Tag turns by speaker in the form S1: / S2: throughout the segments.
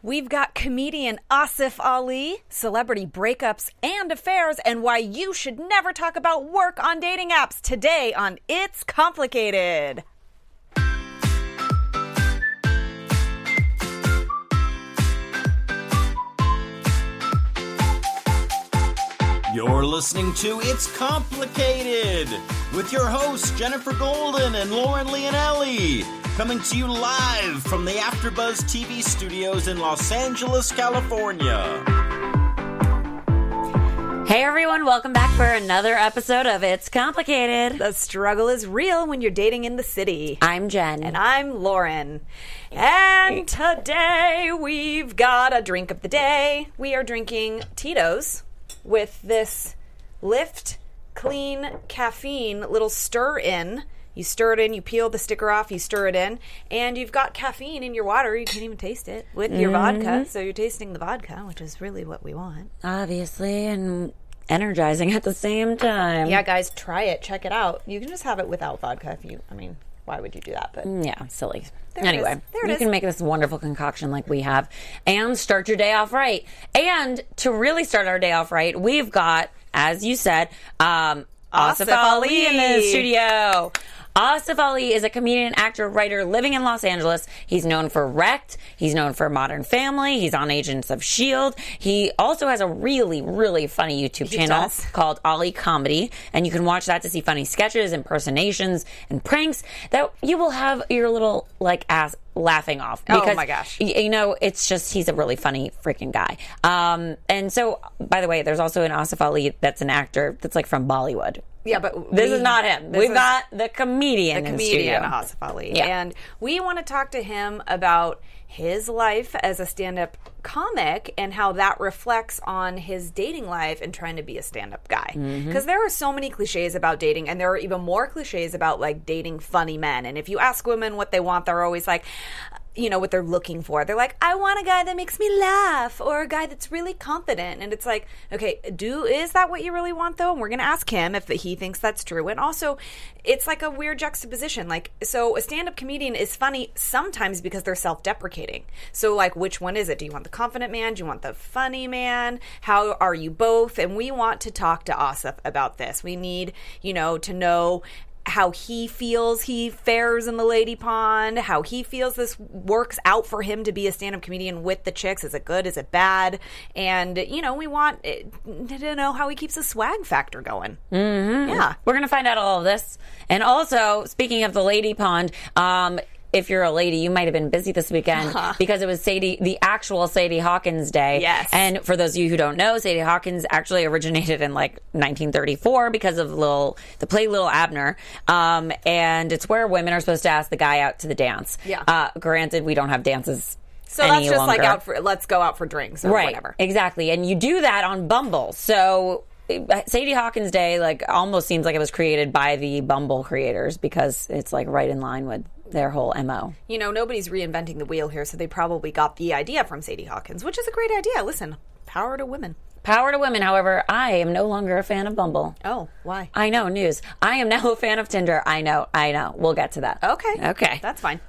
S1: We've got comedian Asif Ali, celebrity breakups and affairs, and why you should never talk about work on dating apps today on It's Complicated.
S2: You're listening to It's Complicated with your hosts Jennifer Golden and Lauren Leonelli, coming to you live from the AfterBuzz TV studios in Los Angeles, California.
S3: Hey everyone, welcome back for another episode of It's Complicated.
S1: The struggle is real when you're dating in the city.
S3: I'm Jen.
S1: And I'm Lauren. And today we've got a drink of the day. We are drinking Tito's with this Lift Clean Caffeine little stir in. You stir it in, you peel the sticker off, you stir it in, and you've got caffeine in your water. You can't even taste it with your vodka.
S3: Mm-hmm.
S1: So you're tasting the vodka, which is really what we want.
S3: Um, Obviously, and energizing at the same time.
S1: Yeah, guys, try it. Check it out. You can just have it without vodka if you, I mean, why would you do that? But
S3: Yeah, silly.
S1: it
S3: anyway,
S1: is. There it
S3: you
S1: is.
S3: can make this wonderful concoction like we have and start your day off right. And to really start our day off right, we've got, as you said, um, Asif
S1: Asif
S3: Ali in the
S1: Ali.
S3: studio. Asif Ali is a comedian, actor, writer living in Los Angeles. He's known for Wrecked. He's known for Modern Family. He's on Agents of S.H.I.E.L.D. E He also has a really, really funny YouTube channel
S1: does.
S3: called Ollie Comedy, and you can watch that to see funny sketches, impersonations, and pranks that you will have your little like ass laughing off.
S1: Oh, my gosh.
S3: y- You know, it's just he's a really funny freaking guy. Um, and so, by the way, there's also an Asif Ali that's an actor that's like from Bollywood.
S1: yeah, but
S3: This
S1: we-
S3: is not him.
S1: this
S3: We've
S1: is-
S3: got the comedian. in
S1: comedian
S3: studio.
S1: Asif Ali.
S3: Yeah.
S1: And we want to talk to him about his life as a stand up comic and how that reflects on his dating life and trying to be a stand up guy.
S3: Mm-hmm.
S1: Because there are so many cliches about dating, and there are even more cliches about like dating funny men. And if you ask women what they want, they're always like, you know, what they're looking for. They're like, I want a guy that makes me laugh or a guy that's really confident. And it's like, okay, do is that what you really want though? And we're going to ask him if he thinks that's true. And also, it's like a weird juxtaposition. Like, so a stand up comedian is funny sometimes because they're self deprecating. So, like, which one is it? Do you want the confident man? Do you want the funny man? How are you both? And we want to talk to Asif about this. We need, you know, to know how he feels he fares in the lady pond, how he feels this works out for him to be a stand up comedian with the chicks. Is it good? Is it bad? And, you know, we want eh, to know how he keeps the swag factor going. Mm-hmm. Yeah.
S3: We're going to find out all of this. And also, speaking of the lady pond, um, if you're a lady, you might have been busy this weekend because it was Sadie, the actual Sadie Hawkins Day.
S1: Uh-huh. Yes.
S3: And for those of you who don't know, Sadie Hawkins actually originated in like 1934 because of Lil, the play Little Abner. Um, and it's where women are supposed to ask the guy out to the dance.
S1: Yeah.
S3: Uh, granted, we don't have dances.
S1: So
S3: any
S1: that's just like
S3: longer
S1: out for, let's go out for drinks or
S3: right,
S1: whatever.
S3: Exactly. And you do that on Bumble. So uh, Sadie Hawkins Day like almost seems like it was created by the Bumble creators because it's like right in line with their whole MO.
S1: you know, nobody's reinventing the wheel here, so they probably got the idea from Sadie Hawkins, which is a great idea. Listen, power to women.
S3: Power to women, however, I am no longer a fan of Bumble.
S1: Oh, why?
S3: I know, news. I am now a fan of Tinder. I know, I know. We'll get to that.
S1: Okay.
S3: Okay.
S1: That's fine.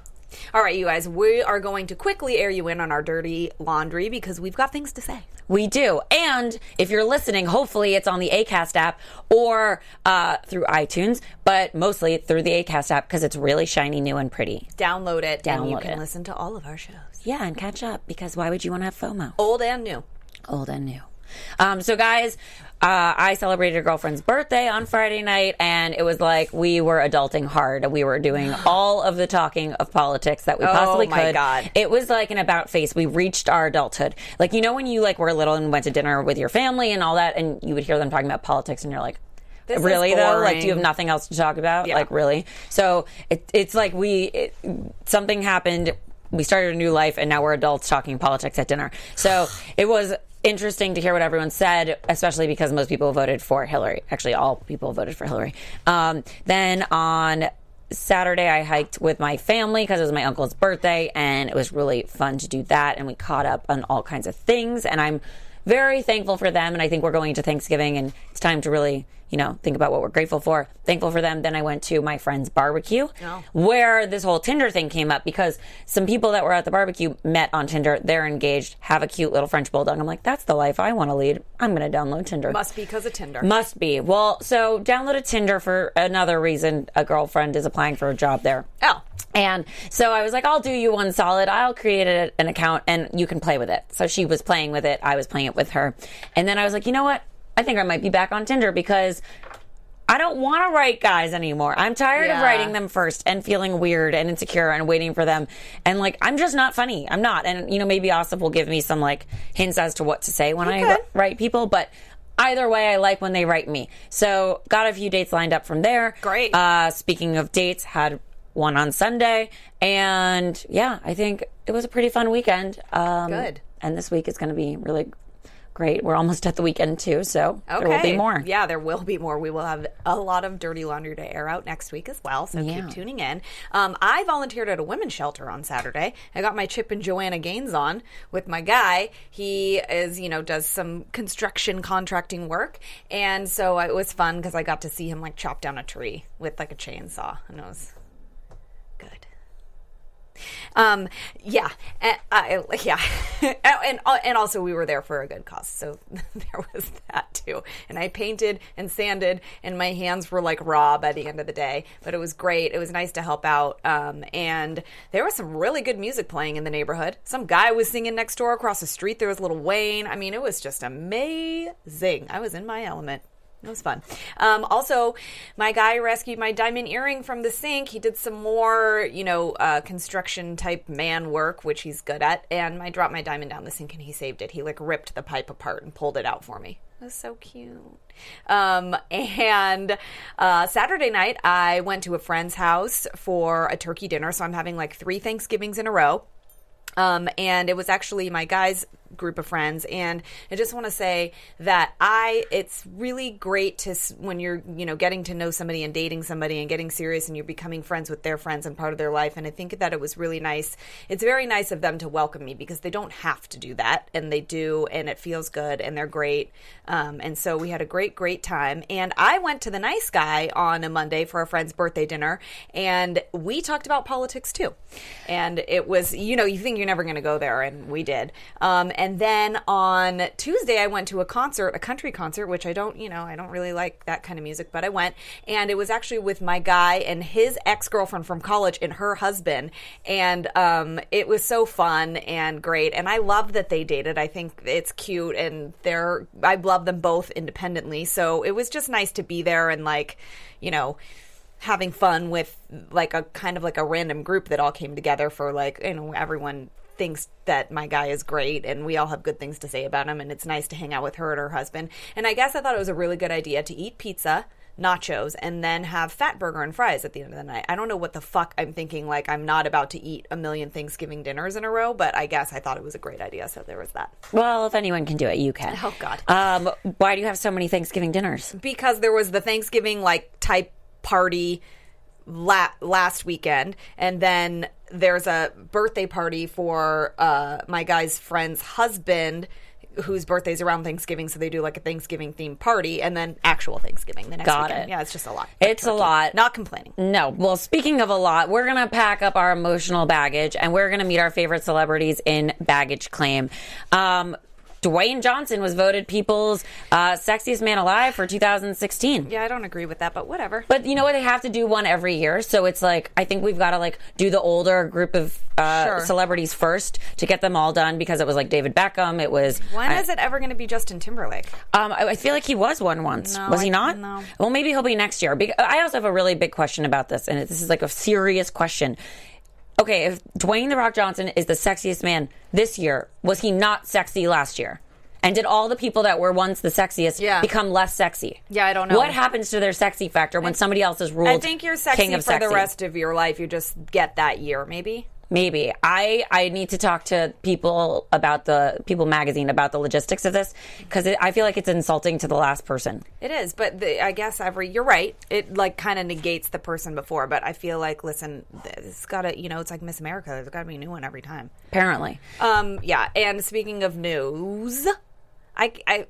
S1: All right, you guys, we are going to quickly air you in on our dirty laundry because we've got things to say.
S3: We do. And if you're listening, hopefully it's on the ACAST app or uh, through iTunes, but mostly through the ACAST app because it's really shiny, new, and pretty.
S1: Download it and you
S3: Download
S1: can
S3: it.
S1: listen to all of our shows.
S3: Yeah, and catch up because why would you want to have FOMO?
S1: Old and new.
S3: old and new. Um, so, guys, uh, I celebrated a girlfriend's birthday on Friday night, and it was like we were adulting hard. We were doing all of the talking of politics that we possibly
S1: Oh my
S3: could.
S1: God.
S3: It was like an about face. We reached our adulthood. Like you know when you like were little and went to dinner with your family and all that, and you would hear them talking about politics, and you're like.
S1: is
S3: really though like do you have
S1: boring.
S3: nothing else to talk about
S1: Yeah.
S3: like really so it, it's like we it, something happened we started a new life and now we're adults talking politics at dinner so it was interesting to hear what everyone said especially because most people voted for hillary actually all people voted for hillary um, then on Saturday, I hiked with my family because it was my uncle's birthday, and it was really fun to do that. And we caught up on all kinds of things. And I'm very thankful for them. And I think we're going to Thanksgiving and it's time to really, you know, think about what we're grateful for. Thankful for them. Then I went to my friend's barbecue
S1: Oh.
S3: where this whole Tinder thing came up because some people that were at the barbecue met on Tinder. They're engaged, have a cute little French bulldog. I'm like, that's the life I want to lead. I'm going to download Tinder.
S1: Must be because of Tinder.
S3: Must be. Well, so download a Tinder for another reason. A girlfriend is applying for a job there.
S1: oh,
S3: And so I was like, I'll do you one solid. I'll create a, an account and you can play with it. So she was playing with it. I was playing it with her. And then I was like, you know what? I think I might be back on Tinder because I don't want to write guys anymore. I'm tired of
S1: Yeah.
S3: writing them first and feeling weird and insecure and waiting for them. And like, I'm just not funny. I'm not. And, you know, maybe Asif will give me some like hints as to what to say when I
S1: Okay.
S3: wri- write people. But either way, I like when they write me. So got a few dates lined up from there.
S1: Great.
S3: Uh, speaking of dates, had one on Sunday, and yeah, I think it was a pretty fun weekend. Um,
S1: Oh, Good.
S3: And this week is going to be really great. We're almost at the weekend too, so
S1: okay.
S3: there will be more.
S1: Yeah, there will be more. We will have a lot of dirty laundry to air out next week as well. So
S3: Yeah.
S1: keep tuning in. Um, I volunteered at a women's shelter on Saturday. I got my Chip and Joanna Gaines on with my guy. He is, you know, does some construction contracting work, and so it was fun because I got to see him like chop down a tree with like a chainsaw, and it was good. Um, yeah, and, uh, yeah, Oh, and uh, and also we were there for a good cause, so there was that too. And I painted and sanded, and my hands were like raw by the end of the day, but it was great. It was nice to help out, um, and there was some really good music playing in the neighborhood. Some guy was singing next door across the street. There was Little Wayne. I mean, it was just amazing. I was in my element. It was fun. Um, also, my guy rescued my diamond earring from the sink. He did some more, you know, uh, construction type man work, which he's good at. And I dropped my diamond down the sink and he saved it. He like ripped the pipe apart and pulled it out for me. It was so cute. Um, and uh, Saturday night, I went to a friend's house for a turkey dinner. So I'm having like three Thanksgivings in a row. Um, and it was actually my guys group of friends and i just want to say that i it's really great to s- when you're you know getting to know somebody and dating somebody and getting serious and you're becoming friends with their friends and part of their life and i think that it was really nice it's very nice of them to welcome me because they don't have to do that and they do and it feels good and they're great um, and so we had a great great time and i went to the nice guy on a monday for a friend's birthday dinner and we talked about politics too and it was you know you think you're never going to go there and we did um, and then on tuesday i went to a concert a country concert which i don't you know i don't really like that kind of music but i went and it was actually with my guy and his ex-girlfriend from college and her husband and um, it was so fun and great and i love that they dated i think it's cute and they're i love them both independently so it was just nice to be there and like you know having fun with like a kind of like a random group that all came together for like you know everyone thinks that my guy is great and we all have good things to say about him and it's nice to hang out with her and her husband and i guess i thought it was a really good idea to eat pizza nachos and then have fat burger and fries at the end of the night i don't know what the fuck i'm thinking like i'm not about to eat a million thanksgiving dinners in a row but i guess i thought it was a great idea so there was that
S3: Well, if anyone can do it, you can.
S1: Oh, God.
S3: Um, why do you have so many Thanksgiving dinners?
S1: because there was the Thanksgiving like type party la- last weekend, and then there's a birthday party for uh, my guy's friend's husband. Whose birthday's around Thanksgiving, so they do like a Thanksgiving themed party, and then actual Thanksgiving the next
S3: Got
S1: weekend.
S3: it.
S1: Yeah, it's just a lot.
S3: It's a lot. Mm-hmm.
S1: Not complaining.
S3: No. Well, speaking of a lot, we're going to pack up our emotional baggage and we're going to meet our favorite celebrities in baggage claim. Um, Dwayne Johnson was voted People's uh, Sexiest Man Alive for 2016.
S1: Yeah, I don't agree with that, but whatever.
S3: But you know what? They have to do one every year. So it's like, I think we've got to like do the older group of uh,
S1: Sure.
S3: celebrities first to get them all done because it was like David Beckham. It was.
S1: when
S3: I-
S1: is it ever going to be Justin Timberlake?
S3: um, I, I feel like he was one once.
S1: No,
S3: was he
S1: I-
S3: not?
S1: no.
S3: Well, maybe he'll be next year. Bec- I also have a really big question about this, and this is like a serious question. Okay, if Dwayne the Rock Johnson is the sexiest man this year, was he not sexy last year? And did all the people that were once the sexiest
S1: Yeah.
S3: become less sexy?
S1: Yeah, I don't know.
S3: What happens to their sexy factor when somebody else is ruled?
S1: I think you're sexy
S3: king
S1: for
S3: of sexy?
S1: the rest of your life. You just get that year, maybe.
S3: Maybe I I need to talk to people about the People Magazine about the logistics of this because I feel like it's insulting to the last person.
S1: It is, but the, I guess every you're right. It like kind of negates the person before, but I feel like listen, th- it's got to you know, it's like Miss America. There's got to be a new one every time.
S3: Apparently,
S1: Um, yeah. And speaking of news, I, I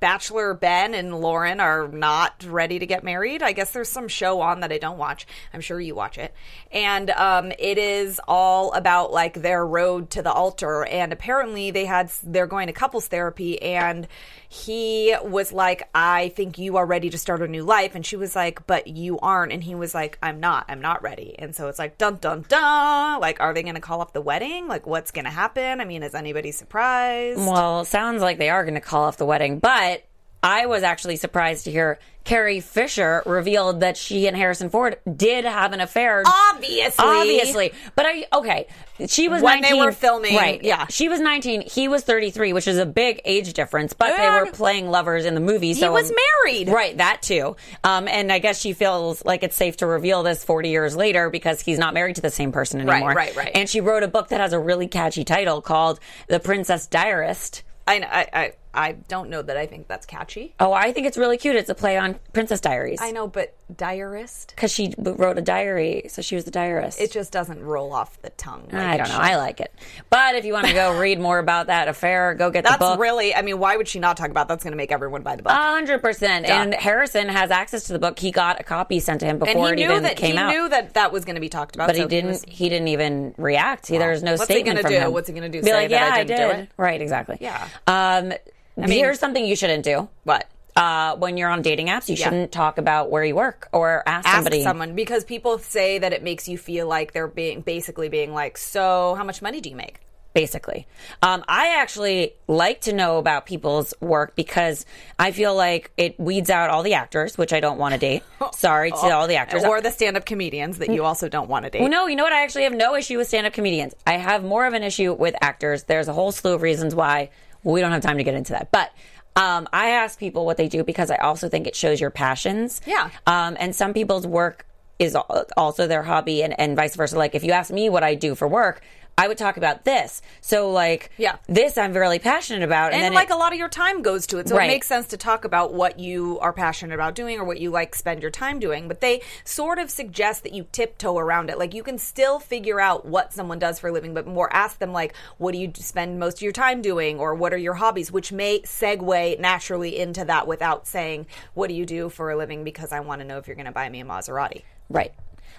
S1: Bachelor Ben and Lauren are not ready to get married. I guess there's some show on that I don't watch. I'm sure you watch it, and um, it is all about like their road to the altar. And apparently, they had they're going to couples therapy, and he was like, "I think you are ready to start a new life," and she was like, "But you aren't," and he was like, "I'm not. I'm not ready." And so it's like dun dun dun. Like, are they going to call off the wedding? Like, what's going to happen? I mean, is anybody surprised?
S3: Well, sounds like they are going to call off the wedding, but I was actually surprised to hear Carrie Fisher revealed that she and Harrison Ford did have an affair.
S1: Obviously.
S3: Obviously. But I okay, she was
S1: When they
S3: 19
S1: were filming,
S3: Right.
S1: yeah.
S3: She was 19, he was 33, which is a big age difference, but they were
S1: And-
S3: playing lovers in the movie, so
S1: was
S3: um,
S1: married.
S3: Right, that too. Um and I guess she feels like it's safe to reveal this 40 years later because he's not married to the same person
S1: Right,
S3: anymore.
S1: right, right.
S3: And she wrote a book that has a really catchy title called The Princess Diarist.
S1: I, I, I, I don't know that I think that's catchy.
S3: Oh, I think it's really cute. It's a play on Princess Diaries.
S1: I know, but diarist,
S3: Because she w- wrote a diary, so she was the diarist.
S1: it just doesn't roll off the tongue. like
S3: I
S1: it
S3: don't know.
S1: should.
S3: I like it. But if you want to go read more about that affair, go get
S1: That's
S3: the book.
S1: really, I mean, why would she not talk about that's going to make everyone buy the book?
S3: hundred percent. And Harrison has access to the book. He got a copy sent to him
S1: and
S3: before
S1: he
S3: it
S1: knew
S3: even
S1: that
S3: came
S1: he
S3: out.
S1: knew that that was going to be talked about,
S3: but he
S1: so
S3: didn't. He,
S1: was-
S3: didn't even react. He, there's no
S1: What's he
S3: statement
S1: gonna
S3: from
S1: do?
S3: him.
S1: What's he gonna do?
S3: Be
S1: Say
S3: like,
S1: that
S3: yeah,
S1: I didn't do
S3: did.
S1: it?
S3: Right. Exactly.
S1: Yeah.
S3: Um,
S1: mean-
S3: here's something you shouldn't do.
S1: what?
S3: Uh, when you're on dating apps, you
S1: Yeah.
S3: shouldn't talk about where you work or ask,
S1: Ask
S3: somebody.
S1: someone because people say that it makes you feel like they're being basically being like, so how much money do you make?
S3: basically. Um, I actually like to know about people's work because I feel like it weeds out all the actors, which I don't want to date. Sorry to all the actors.
S1: Oh, Or the stand up comedians that you also don't want to date.
S3: no, you know what? I actually have no issue with stand up comedians. I have more of an issue with actors. There's a whole slew of reasons why we don't have time to get into that. But um, I ask people what they do because I also think it shows your passions.
S1: Yeah.
S3: Um, and some people's work is al- also their hobby and, and vice versa. Like if you ask me what I do for work, I would talk about this. So like
S1: Yeah.
S3: this I'm really passionate about.
S1: and
S3: then
S1: like
S3: it-
S1: a lot of your time goes to it so
S3: Right.
S1: it makes sense to talk about what you are passionate about doing or what you like spend your time doing but they sort of suggest that you tiptoe around it like you can still figure out what someone does for a living but more ask them like what do you spend most of your time doing or what are your hobbies which may segue naturally into that without saying what do you do for a living because i want to know if you're going to buy me a maserati
S3: Right.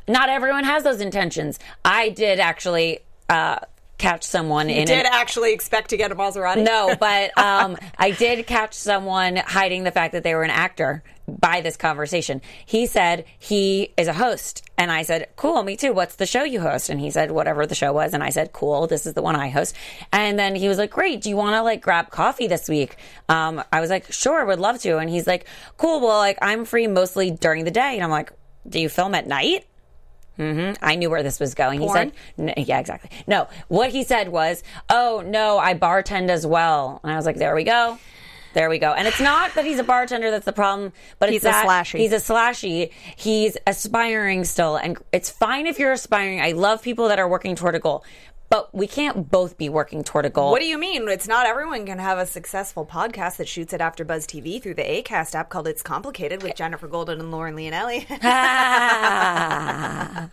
S3: Not everyone has those intentions. I did actually uh, catch someone in
S1: did
S3: an,
S1: actually expect to get a maserati
S3: no, but um, I did catch someone hiding the fact that they were an actor by this conversation. He said he is a host, and I said, "Cool, me too. What's the show you host?" And he said, "Whatever the show was." And I said, "Cool, this is the one I host." And then he was like, "Great, do you want to like grab coffee this week?" Um, I was like, "Sure, would love to." And he's like, "Cool, well, like I'm free mostly during the day," and I'm like, "Do you film at night?" I knew where this was going.
S1: Porn?
S3: He said, N- "Yeah, exactly." No, what he said was, "Oh no, I bartend as well," and I was like, "There we go, there we go." And it's not that he's a bartender that's the problem, but it's
S1: He's a
S3: that
S1: slashy.
S3: He's a slashy. He's aspiring still, and it's fine if you're aspiring. I love people that are working toward a goal, but we can't both be working toward a goal.
S1: What do you mean? It's not everyone can have a successful podcast that shoots it after Buzz TV through the ACAST app called It's Complicated with Jennifer Golden and Lauren Leonelli.
S3: Ah,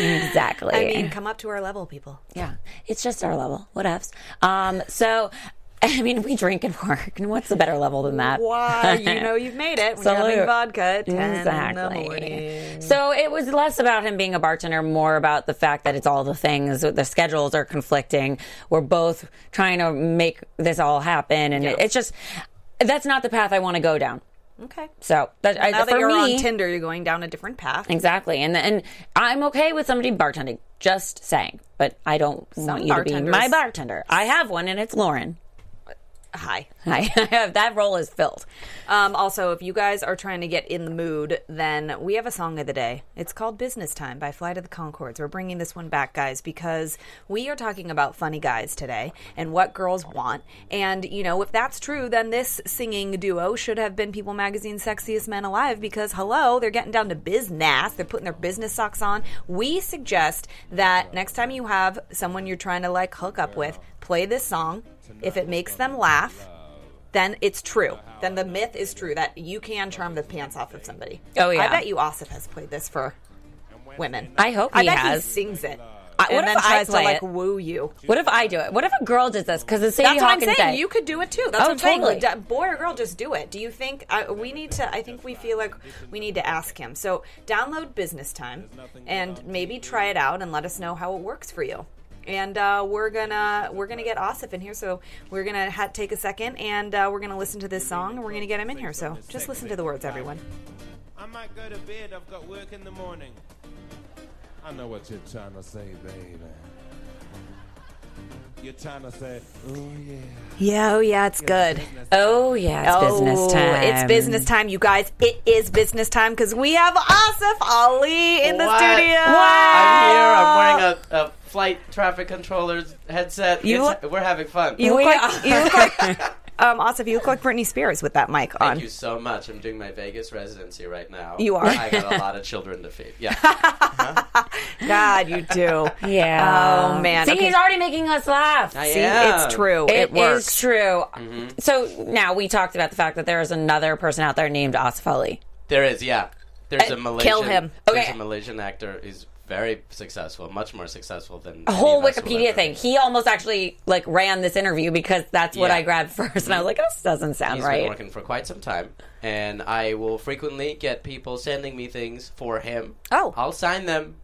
S3: exactly.
S1: I mean, come up to our level, people.
S3: Yeah, it's just our level. What else? Um, so, I mean, we drink and work, and what's a better level than that?
S1: Why? You know you've made it when you're having
S3: Salute.
S1: vodka at 10 in the
S3: Exactly.
S1: morning.
S3: So it was less about him being a bartender, more about the fact that it's all the things, the schedules are conflicting. We're both trying to make this all happen, and it- it's just that's not the path I want to go down.
S1: Okay.
S3: So that, I,
S1: Now that
S3: for
S1: you're
S3: me,
S1: on Tinder, you're going down a different path.
S3: Exactly, and and I'm okay with somebody bartending. Just saying, but I don't want you to be
S1: bartenders-
S3: my bartender. I have one, and it's Lauren.
S1: Hi.
S3: I I have that role is filled.
S1: Um, also, if you guys are trying to get in the mood, then we have a song of the day. It's called Business Time by Flight of the Concords. We're bringing this one back, guys, because we are talking about funny guys today and what girls want. And, you know, if that's true, then this singing duo should have been People Magazine's Sexiest Men Alive because, hello, they're getting down to business. They're putting their business socks on. We suggest that next time you have someone you're trying to, like, hook up with, play this song. If it makes them laugh, then it's true. Then the myth is true that you can charm the pants off of somebody.
S3: Oh, yeah.
S1: I bet you Asif has played this for women.
S3: I hope
S1: I
S3: he
S1: bet
S3: has.
S1: he sings it.
S3: I- what
S1: and
S3: if
S1: then
S3: I
S1: tries
S3: play
S1: to like
S3: it?
S1: woo you.
S3: What if I do it? What if a girl does this? Because the Sadie
S1: That's what I'm
S3: Hawkins
S1: saying.
S3: day.
S1: You could do it too. That's
S3: Oh,
S1: what I'm saying.
S3: totally.
S1: D- Boy or girl, just do it. Do you think I, we need to? I think we feel like we need to ask him. So download Business Time and maybe try it out and let us know how it works for you. And uh, we're gonna we're gonna get Asif in here, so we're gonna ha- take a second and uh, we're gonna listen to this song and we're gonna get him in here. So just listen to the words, everyone.
S4: I might go to bed, I've got work in the morning. I know what you're trying to say, baby. You're trying to say, oh yeah.
S1: Yeah, oh yeah, it's good.
S3: oh yeah, it's business time.
S1: It's business time, you guys. It is business time because we have Asif Ali in the
S5: What?
S1: studio.
S5: I'm here. I'm wearing a, a flight traffic controller's headset.
S3: You
S5: It's- we're having fun.
S3: You
S1: We
S3: look
S1: got-
S3: like you look like
S1: Um, Asif, you look like Britney Spears with that mic on.
S5: Thank you so much. I'm doing my Vegas residency right now.
S1: You are?
S5: I got a lot of children to feed. Yeah.
S1: God, you do.
S3: yeah.
S1: Oh, man.
S3: See,
S1: Okay.
S3: he's already making us laugh.
S5: I
S1: See,
S5: am.
S1: it's true. It,
S3: It is
S1: works.
S3: true. So now we talked about the fact that there is another person out there named Asif Ali.
S5: There is, yeah. There's
S1: Uh,
S5: a Malaysian.
S1: kill him.
S5: There's
S3: Okay.
S5: a Malaysian actor. He's very successful, much more successful than
S3: The whole Wikipedia thing. He almost actually like ran this interview because that's what
S5: Yeah.
S3: I grabbed first, and I was like, "This doesn't sound
S5: He's been
S3: right."
S5: working for quite some time, and I will frequently get people sending me things for him.
S1: Oh.
S5: I'll sign them,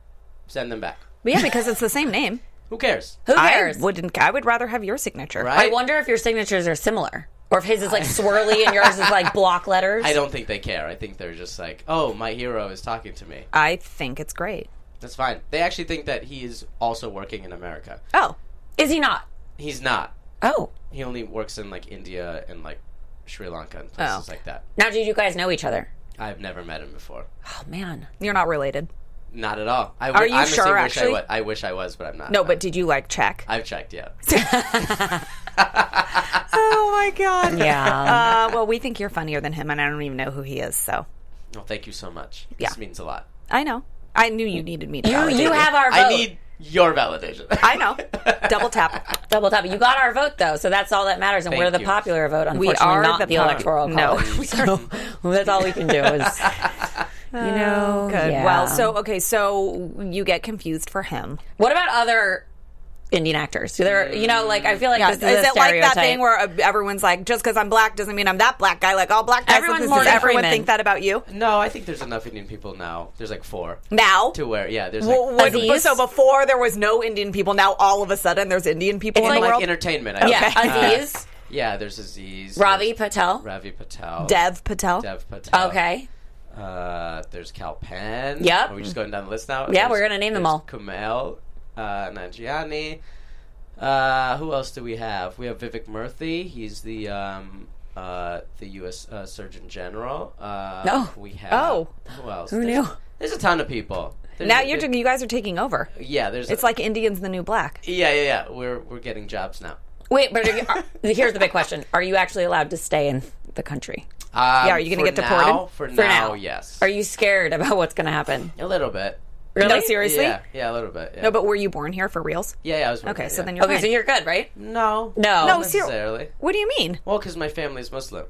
S5: send them back.
S1: But yeah, because it's the same name.
S5: Who cares?
S3: Who
S1: I
S3: cares?
S1: wouldn't. I would rather have your signature.
S3: I
S5: Right?
S3: wonder if your signatures are similar, or if his is like swirly and yours is like block letters.
S5: I don't think they care. I think they're just like, oh, my hero is talking to me.
S1: I think it's great.
S5: That's fine. They actually think that he is also working in America.
S1: Oh,
S3: Is he not?
S5: He's not.
S3: Oh,
S5: He only works in like India and like Sri Lanka and
S1: Oh.
S5: places like that.
S3: now do you guys know each other?
S5: I've never met him before.
S3: Oh man,
S1: you're not related.
S5: Not at all. I
S1: Are you
S5: honestly
S1: sure,
S5: Wish
S1: actually?
S5: I, wa- I wish I was, but I'm not.
S1: No, but did you like check?
S5: I've checked. Yeah.
S1: oh my god.
S3: yeah.
S1: Uh, well, we think you're funnier than him, and I don't even know who he is. So
S5: Well, Oh, thank you so much.
S1: Yeah.
S5: This means a lot.
S1: I know. I knew you needed me to.
S3: you
S1: validate
S3: you
S1: it.
S3: have our vote.
S5: I need your validation.
S1: I know. Double tap.
S3: double tap. You got our vote though, so that's all that matters. And
S5: Thank
S3: we're the
S5: you.
S3: popular vote.
S1: We
S3: Unfortunately,
S1: are
S3: not
S1: the
S3: the,
S1: pop-
S3: electoral
S1: No,
S3: college. so that's all we can do is, you know.
S1: Good.
S3: yeah.
S1: Uh, Well, so okay, so you get confused for him.
S3: what about other Indian actors? Do there, you know, like I feel like
S1: Yeah,
S3: this is,
S1: is
S3: a
S1: it like that thing
S3: stereotype.
S1: where uh, everyone's like, just because I'm black doesn't mean I'm that black guy? Like all black guys.
S3: Everyone's
S1: does
S3: Morgan
S1: everyone
S3: Freeman.
S1: think that about you
S5: no, I think there's enough Indian people now. There's like four
S1: now?
S5: to where. Yeah. There's
S1: W-
S5: like.
S1: was-
S3: Aziz?
S1: so before there was no Indian people. Now all of a sudden there's Indian people
S3: It's
S1: in
S5: like,
S1: the world.
S5: entertainment. I
S3: yeah,
S5: think. Uh,
S3: Aziz,
S5: yeah. There's Aziz.
S3: Ravi
S5: there's
S3: Patel.
S5: Ravi Patel.
S1: Dev Patel.
S5: Dev Patel.
S3: Okay,
S5: Uh, there's Cal Penn.
S3: Yep.
S5: Are we just going down the list now?
S3: Yeah,
S5: There's-
S3: we're gonna name them
S5: there's
S3: all.
S5: Kumail, uh, Nanjiani. Uh, who else do we have? We have Vivek Murthy. He's the um, uh, the U.S. Uh, Surgeon General. Uh,
S3: No.
S5: We have.
S1: Oh.
S5: Who else?
S3: Who
S5: there's,
S3: knew?
S5: There's a ton of people. There's
S1: Now
S5: a-
S1: you're
S5: there-
S1: you guys are taking over.
S5: Yeah. There's.
S1: It's
S5: a,
S1: like Indians the new black.
S5: Yeah, yeah, yeah. We're we're getting jobs now.
S3: wait, but are you- are- here's the big question: Are you actually allowed to stay in the country?
S5: Um,
S1: Yeah, are you gonna
S5: for
S1: get
S5: now-
S1: deported?
S5: For,
S3: For
S5: now,
S3: now.
S5: yes.
S3: Are you scared about what's going to happen?
S5: a little bit?
S3: Really?
S1: No, seriously.
S5: Yeah, yeah, a little bit. Yeah.
S1: No, but were you born here for reals?
S5: yeah, yeah. I was
S1: Okay, so then
S5: you
S1: you're
S3: Okay,
S1: fine.
S3: so you're good, right?
S5: no,
S3: No.
S5: not
S1: No, ser-
S5: necessarily.
S1: what do you mean?
S5: Well, because my family's Muslim.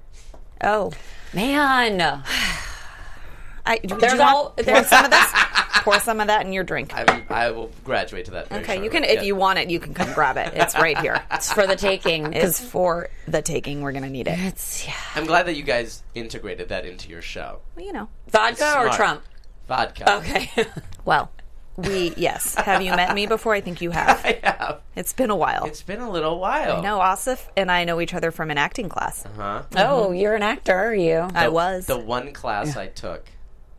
S1: Oh,
S3: Man,
S1: I, do
S3: there's
S1: you want-
S3: all there's
S1: some of this. Pour some of that in your drink.
S5: I'm, I will graduate to that. very
S1: Okay, you
S5: shortly.
S1: can if
S5: Yeah.
S1: you want it, you can come grab it. It's right here.
S3: it's for the taking.
S1: It's
S3: Because
S1: for the taking. We're gonna need it.
S3: it's yeah.
S5: I'm glad that you guys integrated that into your show.
S1: Well, you know.
S3: vodka or
S5: Smart.
S3: Trump.
S5: Vodka.
S3: Okay,
S1: Well, we yes. Have you met me before? I think you have.
S5: I have.
S1: It's been a while.
S5: It's been a little while.
S1: no, Asif and I know each other from an acting class.
S5: Uh-huh.
S3: oh, you're an actor, are you?
S1: I was.
S5: The one class I took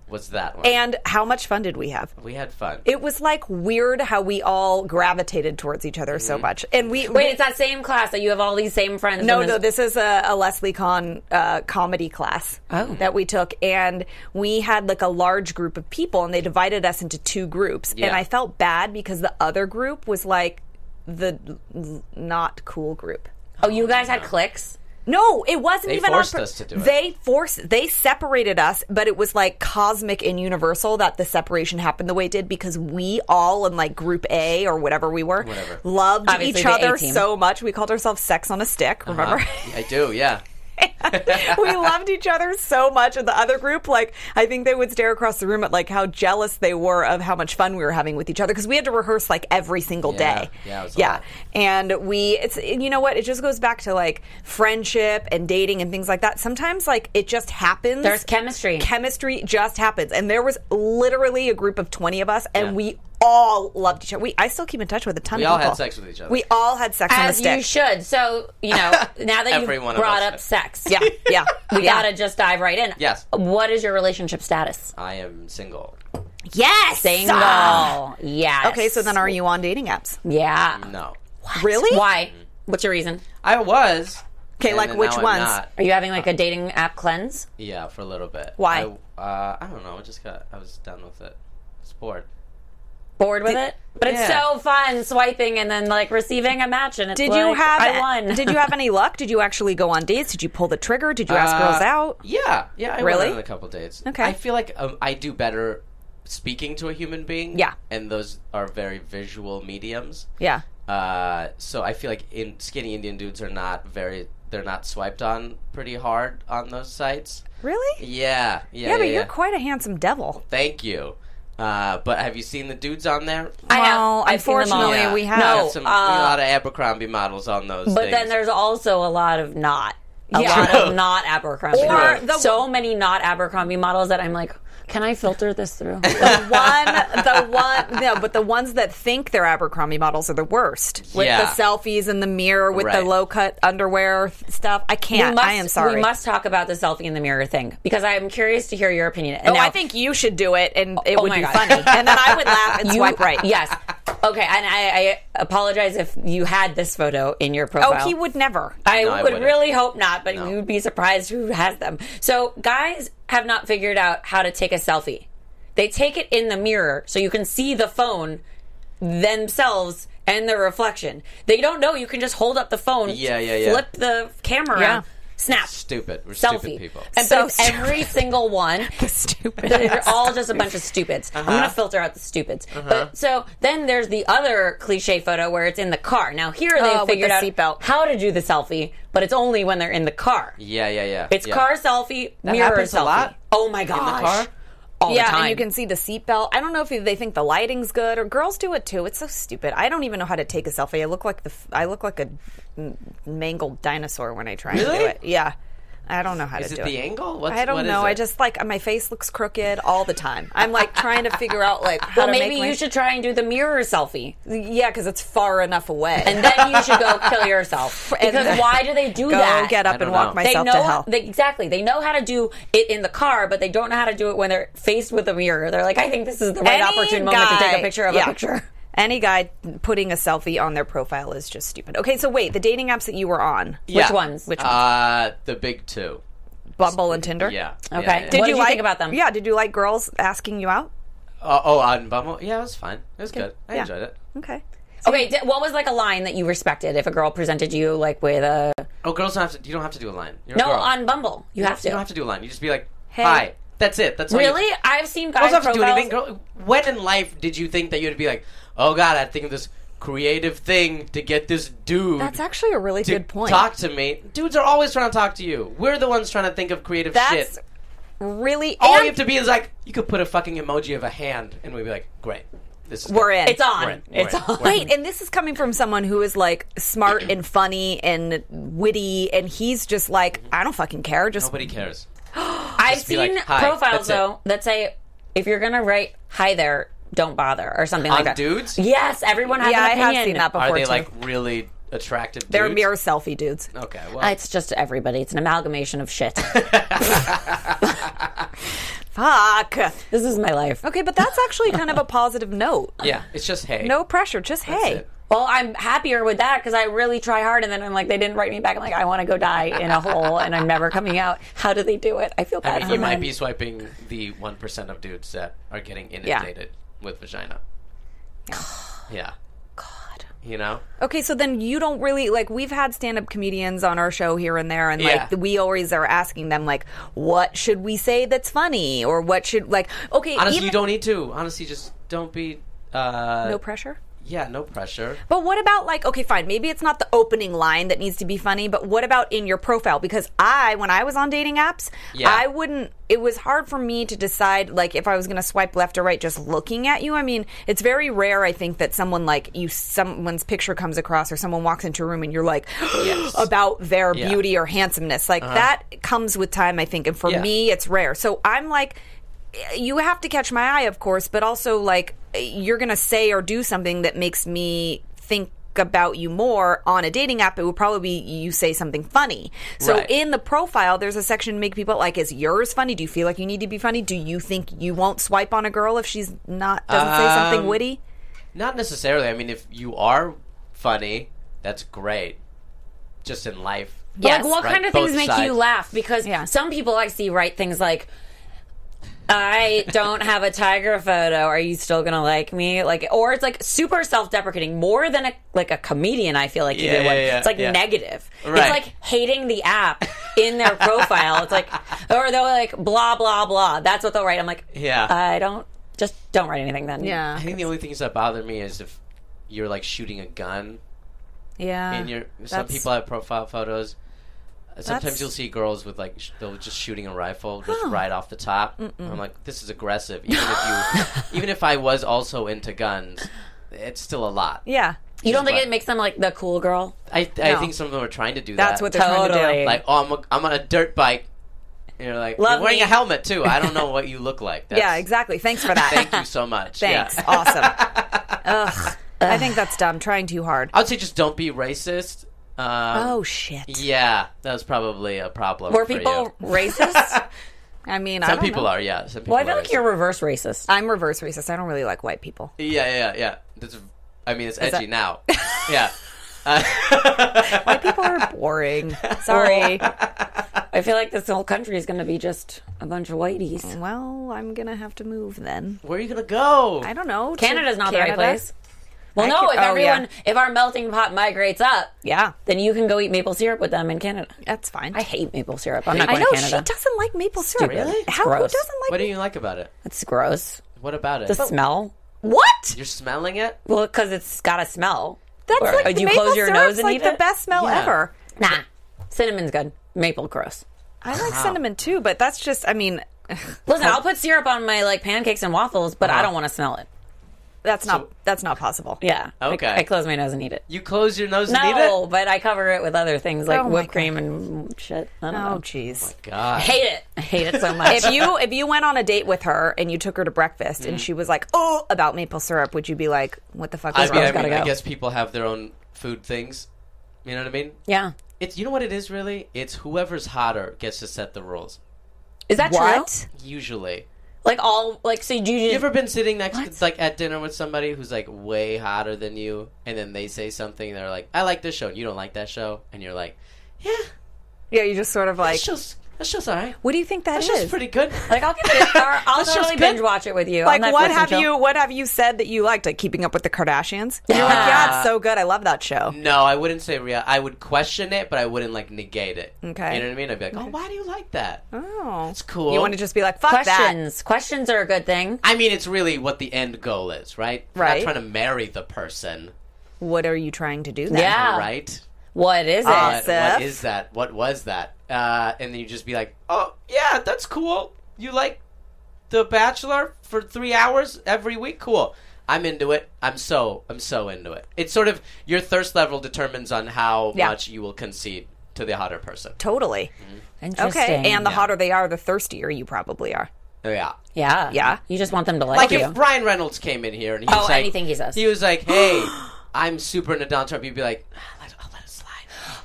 S5: was that one.
S1: and how much fun did we have?
S5: we had fun.
S1: It was like weird how we all gravitated towards each other
S5: Mm.
S1: so much. And we
S3: Wait, it's that same class that you have all these same friends.
S1: No,
S3: and
S1: no, this is a, a Leslie Kahn uh, comedy class
S5: Oh.
S1: that we took. And we had like a large group of people and they divided us into two groups.
S5: Yeah.
S1: And I felt bad because the other group was like the l- not cool group.
S3: Oh, you guys had clicks.
S1: No, it wasn't
S5: They
S1: even
S5: forced
S1: on pur-
S5: us to do it.
S1: They forced they separated us, but it was like cosmic and universal that the separation happened the way it did because we all in like group A or whatever we were
S5: Whatever.
S1: loved
S3: Obviously
S1: each
S3: the
S1: other
S3: A team.
S5: Uh-huh.
S1: so much. We called ourselves sex on a stick, remember?
S5: I do, yeah.
S1: band. we loved each other so much. And the other group, like, I think they would stare across the room at like how jealous they were of how much fun we were having with each other because we had to rehearse like every single
S5: Yeah.
S1: day.
S5: Yeah, it was a
S1: yeah.
S5: lot.
S1: And we, it's you know what? It just goes back to like friendship and dating and things like that. Sometimes like it just happens.
S3: There's chemistry.
S1: Chemistry just happens. And there was literally a group of twenty of us, and
S5: Yeah.
S1: we all loved each other. We I still keep in touch with a ton
S5: We
S1: of
S5: all
S1: people.
S5: had sex with each other.
S1: We all had sex on a
S3: As
S1: stick.
S3: you should. So, you know, now that you
S5: Every one
S3: brought
S5: of us.
S3: up sex,
S1: Yeah, yeah.
S3: we
S1: yeah.
S3: gotta just dive right in.
S5: Yes.
S3: What is your relationship status?
S5: I am single.
S1: Yes.
S3: Single.
S1: Ah.
S3: Yes.
S1: Okay, so then are you on dating apps?
S3: Yeah.
S5: No.
S1: Really?
S3: Why? What's your reason?
S5: I was.
S1: Okay,
S5: and
S1: like
S5: then
S1: which
S5: now I'm
S1: ones?
S5: not.
S3: Are you having like a dating app cleanse?
S5: Yeah, for a little bit.
S3: Why?
S5: I, uh, I don't know. I just got. I was done with it. It's bored.
S3: Bored with it? But it's
S5: Yeah.
S3: so fun swiping and then like receiving a match and it's
S1: Did
S3: like,
S1: you have
S3: I won.
S1: Did you have any luck? Did you actually go on dates? Did you pull the trigger? Did you ask
S5: Uh,
S1: girls out?
S5: Yeah, yeah. I
S1: Really?
S5: went on a couple dates.
S1: Okay.
S5: I feel like um, I do better speaking to a human being.
S1: Yeah.
S5: And those are very visual mediums.
S1: Yeah.
S5: Uh, so I feel like in skinny Indian dudes are not very. They're not swiped on pretty hard on those sites.
S1: Really?
S5: Yeah, yeah,
S1: Yeah, but
S5: yeah.
S1: you're quite a handsome devil.
S5: Thank you. Uh, but have you seen the dudes on there?
S3: I have.
S1: Well,
S3: I've seen them all.
S1: unfortunately,
S5: Yeah.
S1: we have. uh,
S3: No,
S5: Got some, a lot of Abercrombie models on those.
S3: But then
S5: things.
S3: there's also a lot of not. A
S1: Yeah.
S3: lot of not Abercrombie. models.
S1: the-
S3: so many not Abercrombie models that I'm like, can I filter this through?
S1: the one, the one, no, but the ones that think they're Abercrombie models are the worst. With
S5: Yeah.
S1: the selfies in the mirror, with
S5: Right.
S1: the low cut underwear th- stuff. I can't. I am sorry.
S3: We must talk about the selfie in the mirror thing because I'm curious to hear your opinion. And
S1: Oh,
S3: now-
S1: I think you should do it, and it
S3: Oh
S1: would
S3: my
S1: be
S3: God.
S1: funny. And then I would laugh and
S3: you-
S1: swipe right.
S3: Yes. Okay, and I, I apologize if you had this photo in your
S1: Oh,
S3: profile.
S1: he would never.
S3: I
S5: No, I
S3: would
S5: wouldn't.
S3: really hope not, but you'd be surprised who has them. So guys have not figured out how to take a selfie. They take it in the mirror so you can see the phone themselves and their reflection. They don't know you can just hold up the phone,
S5: Yeah, yeah, yeah.
S3: flip the camera,
S1: Yeah.
S3: snap,
S5: stupid. We're
S3: selfie.
S5: stupid people.
S3: And
S1: So
S3: so every single one
S1: Stupid.
S3: they're all just a bunch of stupids. I'm
S1: Uh-huh.
S3: gonna filter out the stupids. But so then there's the other cliche photo where it's in the car. Now here they
S1: Oh,
S3: have
S1: with
S3: figured
S1: the
S3: out
S1: seatbelt.
S3: how to do the selfie, but it's only when they're in the car.
S5: Yeah, yeah, yeah.
S3: It's
S5: yeah.
S3: car selfie, mirror
S5: happens a
S3: selfie.
S5: lot
S3: Oh my gosh!
S5: car?
S3: All
S1: yeah,
S3: the time.
S1: and you can see the seatbelt. I don't know if they think the lighting's good or girls do it too. It's so stupid. I don't even know how to take a selfie. I look like the f- I look like a m- mangled dinosaur when I try to do
S5: Really?
S1: it. Yeah, I don't know how
S5: Is
S1: to
S5: it
S1: do
S5: the angle? What's,
S1: I don't
S5: what is
S1: know. I
S5: it?
S1: just like my face looks crooked all the time. I'm like trying to figure out like how
S3: well,
S1: to
S3: maybe
S1: make my-
S3: you should try and do the mirror selfie,
S1: Yeah, because it's far enough away.
S3: and then you should go kill yourself.
S1: And
S3: Because
S1: then-
S3: why do they do
S1: go
S3: that?
S1: get
S5: I
S1: up
S5: don't
S1: and walk
S5: know.
S3: They
S1: myself
S3: know
S1: to hell.
S3: they- exactly. They know how to do it in the car, but they don't know how to do it when they're faced with a mirror. They're like, I think this is the right
S1: Any
S3: opportune moment to take
S1: guy-
S3: a picture of
S1: yeah.
S3: a picture.
S1: Any guy putting a selfie on their profile is just stupid. Okay, so wait, the dating apps that you were on,
S5: Yeah.
S3: ones? Which ones?
S5: Uh, the big two.
S1: Bumble and Tinder.
S5: Yeah.
S3: Okay.
S5: Yeah, yeah.
S3: Did- What you
S1: like,
S3: think about them?
S1: Yeah, did you like girls asking you out?
S5: oh, oh, on Bumble. Yeah, it was fine. It was good. I
S1: Yeah.
S5: enjoyed it.
S1: Okay.
S3: Okay, d- what was like a line that you respected if a girl presented you like with a
S5: Oh, girls don't have to. You don't have to do a line. You're
S3: no
S5: a girl.
S3: on Bumble? You have
S5: You don't
S3: to.
S5: have to do a line. You just be like, "Hi." That's it. That's all you-
S3: Really, I've seen guys
S5: Girls don't have to do
S3: profiles-
S5: anything. Girl, when in life did you think that you'd be like, "Oh God, I think of this creative thing to get this dude."
S1: That's actually a really
S5: to
S1: good point.
S5: Talk to me. Dudes are always trying to talk to you. We're the ones trying to think of creative
S1: That's
S5: shit.
S1: really
S5: All you
S1: and
S5: have to be is like, you could put a fucking emoji of a hand, and we'd be like, great. This is
S1: we're
S5: good.
S1: in.
S3: It's on.
S5: Right,
S3: It's
S5: right,
S3: on.
S1: Wait, and this is coming from someone who is like smart and funny and witty, and he's just like, I don't fucking care. Just
S5: Nobody cares.
S3: I've
S5: be
S3: seen
S5: like, "Hi,
S3: profiles
S5: that's it."
S3: though that say if you're gonna write "Hi there, don't bother" or something like
S5: On
S3: that.
S5: dudes?
S3: Yes, everyone has
S1: yeah, I
S3: an opinion.
S1: have seen that before.
S5: Are they
S1: too.
S5: like really attractive dudes?
S1: they're mirror selfie dudes?
S5: Okay, well.
S3: It's just everybody. It's an amalgamation of shit.
S1: Fuck.
S3: this is my life.
S1: Okay, but that's actually kind of a positive note.
S5: yeah, it's just hey.
S1: No pressure. Just hey.
S5: it.
S3: Well, I'm happier with that because I really try hard, and then I'm like, they didn't write me back. I'm like, I want to go die in a hole, and I'm never coming out. How do they do it? I feel bad.
S5: I mean,
S3: for
S5: you might
S3: them.
S5: be swiping the 1% of dudes that are getting inundated with vagina. Yeah. God. You know?
S1: Okay, so then you don't really like we've had stand-up comedians on our show here and there and
S5: Yeah.
S1: like we always are asking them like what should we say that's funny or what should like okay,
S5: Honestly,
S1: even-
S5: you don't need to. Honestly, just don't be. Uh,
S1: no pressure.
S5: Yeah, no pressure.
S1: But what about like okay, fine, maybe it's not the opening line that needs to be funny, but what about in your profile? Because I, when I was on dating apps,
S5: Yeah.
S1: I wouldn't. It was hard for me to decide like if I was going to swipe left or right just looking at you. I mean, it's very rare, I think, that someone like you, someone's picture comes across or someone walks into a room and you're like about their
S5: Yeah. Uh-huh.
S1: beauty or handsomeness. Like that comes with time, I think, and for
S5: Yeah.
S1: me, it's rare. So I'm like you have to catch my eye, of course, but also like you're gonna say or do something that makes me think about you more on a dating app. It would probably be you say something funny. So
S5: Right.
S1: in the profile, there's a section to make people like, is yours funny? Do you feel like you need to be funny? Do you think you won't swipe on a girl if she's not doesn't say something
S5: Um,
S1: witty?
S5: Not necessarily. I mean, if you are funny, that's great. Just in life.
S3: But,
S1: Yes,
S3: like, what
S5: right,
S3: kind of
S5: both
S3: things make
S5: sides.
S3: you laugh? Because
S1: Yeah.
S3: some people I see write things like, I don't have a tiger photo. Are you still gonna like me? Like, or it's like super self-deprecating, more than a like a comedian. I feel like you
S5: Yeah,
S3: did one.
S5: yeah, yeah,
S3: it's like
S5: yeah.
S3: negative.
S5: Right.
S3: It's like hating the app in their profile. it's like, or they're like blah blah blah. That's what they'll write. I'm like,
S5: Yeah.
S1: Uh,
S3: I don't just don't write anything then.
S5: I
S1: Yeah,
S5: think the only things that bother me is if you're like shooting a gun
S1: yeah.
S5: in your.
S1: Ah,
S5: Some
S1: that's-
S5: people have profile photos. Uh, Sometimes
S1: That's-
S5: you'll see girls with like sh- they'll just shooting a rifle just right off the top. I'm like, this is aggressive. Even if you, even if I was also into guns, it's still a lot.
S1: yeah,
S3: You don't think
S5: Right.
S3: it makes them like the cool girl?
S5: I I
S1: No.
S5: think some of them are trying to do
S1: that's
S5: that.
S1: what they're trying to do.
S3: Totally.
S5: like oh I'm, a, I'm on a dirt bike and you're like
S3: Love
S5: you're wearing
S3: me.
S5: a helmet too i don't know what you look like That's,
S1: yeah, exactly. Thanks for that.
S5: thank you so much
S1: Thanks.
S5: yeah.
S1: Awesome. Ugh. I think that's dumb. Trying too hard.
S5: i would say just don't be racist um,
S1: Oh shit.
S5: yeah that was probably a problem
S3: Were
S5: for
S3: people
S5: you.
S3: racist?
S1: I mean, I
S5: some
S1: don't
S5: people
S1: know.
S5: are yeah some people
S3: well, I feel
S5: are
S3: like you're reverse racist.
S1: I'm reverse racist. I don't really like white people.
S5: racist. yeah yeah yeah That's, i mean it's edgy
S1: that-
S5: now yeah
S1: White people are boring.
S3: Oh.
S1: Sorry.
S3: I feel like this whole country is going to be just a bunch of whiteies.
S1: well, I'm gonna have to move then.
S5: where are you gonna go
S1: I don't know. to
S3: Canada's not the right
S1: Canada?
S3: place. Well,
S1: I
S3: no,
S1: could-
S3: if
S1: oh, yeah.
S3: everyone, if our melting pot migrates up,
S1: Yeah,
S3: then you can go eat maple syrup with them in Canada.
S1: that's fine.
S3: I hate maple syrup. I'm not
S1: I
S3: going
S1: know
S3: to
S1: she
S3: Canada.
S1: doesn't like maple syrup.
S5: Really? It's
S1: How who
S3: gross.
S1: doesn't like?
S5: what do you like about it
S3: It's gross.
S5: what about it
S3: The smell.
S1: what?
S5: you're smelling it
S3: Well, because it's got a smell.
S1: That's
S3: Or-
S1: like
S3: or do you
S1: maple
S3: close your
S1: syrup's
S3: nose and
S1: like
S3: eat
S1: the
S3: it?
S1: best smell
S5: Yeah.
S1: ever.
S3: Nah, cinnamon's good. Maple, gross.
S1: I like cinnamon too, but that's just. I mean,
S3: Listen, I'll put syrup on my like pancakes and waffles, but
S5: Uh-huh.
S3: I don't want to smell it.
S1: that's not that's not possible.
S3: Yeah. I-
S5: Okay.
S3: I, close my nose and eat it.
S5: you close your nose and eat
S3: No,
S5: it
S3: but I cover it with other things like
S1: Oh my
S3: whipped cream and shit. I don't know.
S1: Oh, jeez.
S5: god
S3: hate it. I hate it so much.
S1: if you if you went on a date with her and you took her to breakfast
S3: Mm-hmm.
S1: and she was like, "Oh, about maple syrup," would you be like, "What the fuck
S5: I
S1: is
S5: mean,
S1: wrong?"
S5: I,
S3: Everyone's gotta
S5: mean,
S3: go.
S5: I guess people have their own food things. You know what I mean?
S3: yeah.
S5: It's you know what it is really. It's whoever's hotter gets to set the rules.
S3: Is that
S1: What?
S3: true?
S5: Usually,
S3: Like all like so do you,
S5: you ever been sitting next
S3: What?
S5: like at dinner with somebody who's like way hotter than you, and then they say something, and they're like, "I like this show," and you don't like that show, and you're like, "Yeah,
S1: Yeah, you just sort of
S5: that
S1: like,
S5: show's that show's alright.
S1: "What do you think that
S5: That
S1: is?"
S5: show's pretty good."
S3: like I'll get or I'll
S5: That's just
S3: totally
S5: good.
S3: binge watch it with you.
S1: like
S3: on
S1: what
S3: Netflix and
S1: have
S3: chill.
S1: you what have you said that you liked like keeping up with the kardashians you're like yeah it's so good i love that show
S5: No, I wouldn't say real. I would question it, but I wouldn't like negate it.
S1: Okay.
S5: you know what I mean? I'd be like, "Oh, why do you like that?"
S1: oh
S5: It's cool.
S1: you want to just be like fuck that
S3: questions? Questions are a good thing.
S5: I mean, it's really what the end goal is, right? You're
S1: Right.
S5: Not trying to marry the person,
S1: what are you trying to do then?
S3: Yeah.
S5: right?
S3: What is it?
S5: But what
S1: SF.
S5: is that? What was that? Uh, and then you just be like, oh yeah, that's cool. You like The Bachelor for three hours every week? Cool. I'm into it. I'm so I'm so into it. It's sort of your thirst level determines on how
S1: Yeah.
S5: much you will concede to the hotter person.
S1: totally
S3: Interesting.
S1: okay and the hotter they are the thirstier you probably are
S5: Yeah.
S3: yeah,
S1: Yeah.
S3: You just want them to like,
S5: Like
S3: you.
S5: if Ryan Reynolds came in here and he was like,
S3: Oh, anything he says.
S5: he was like, hey, I'm super into Donald Trump. You'd be like, "Ah, let- I'll let it slide.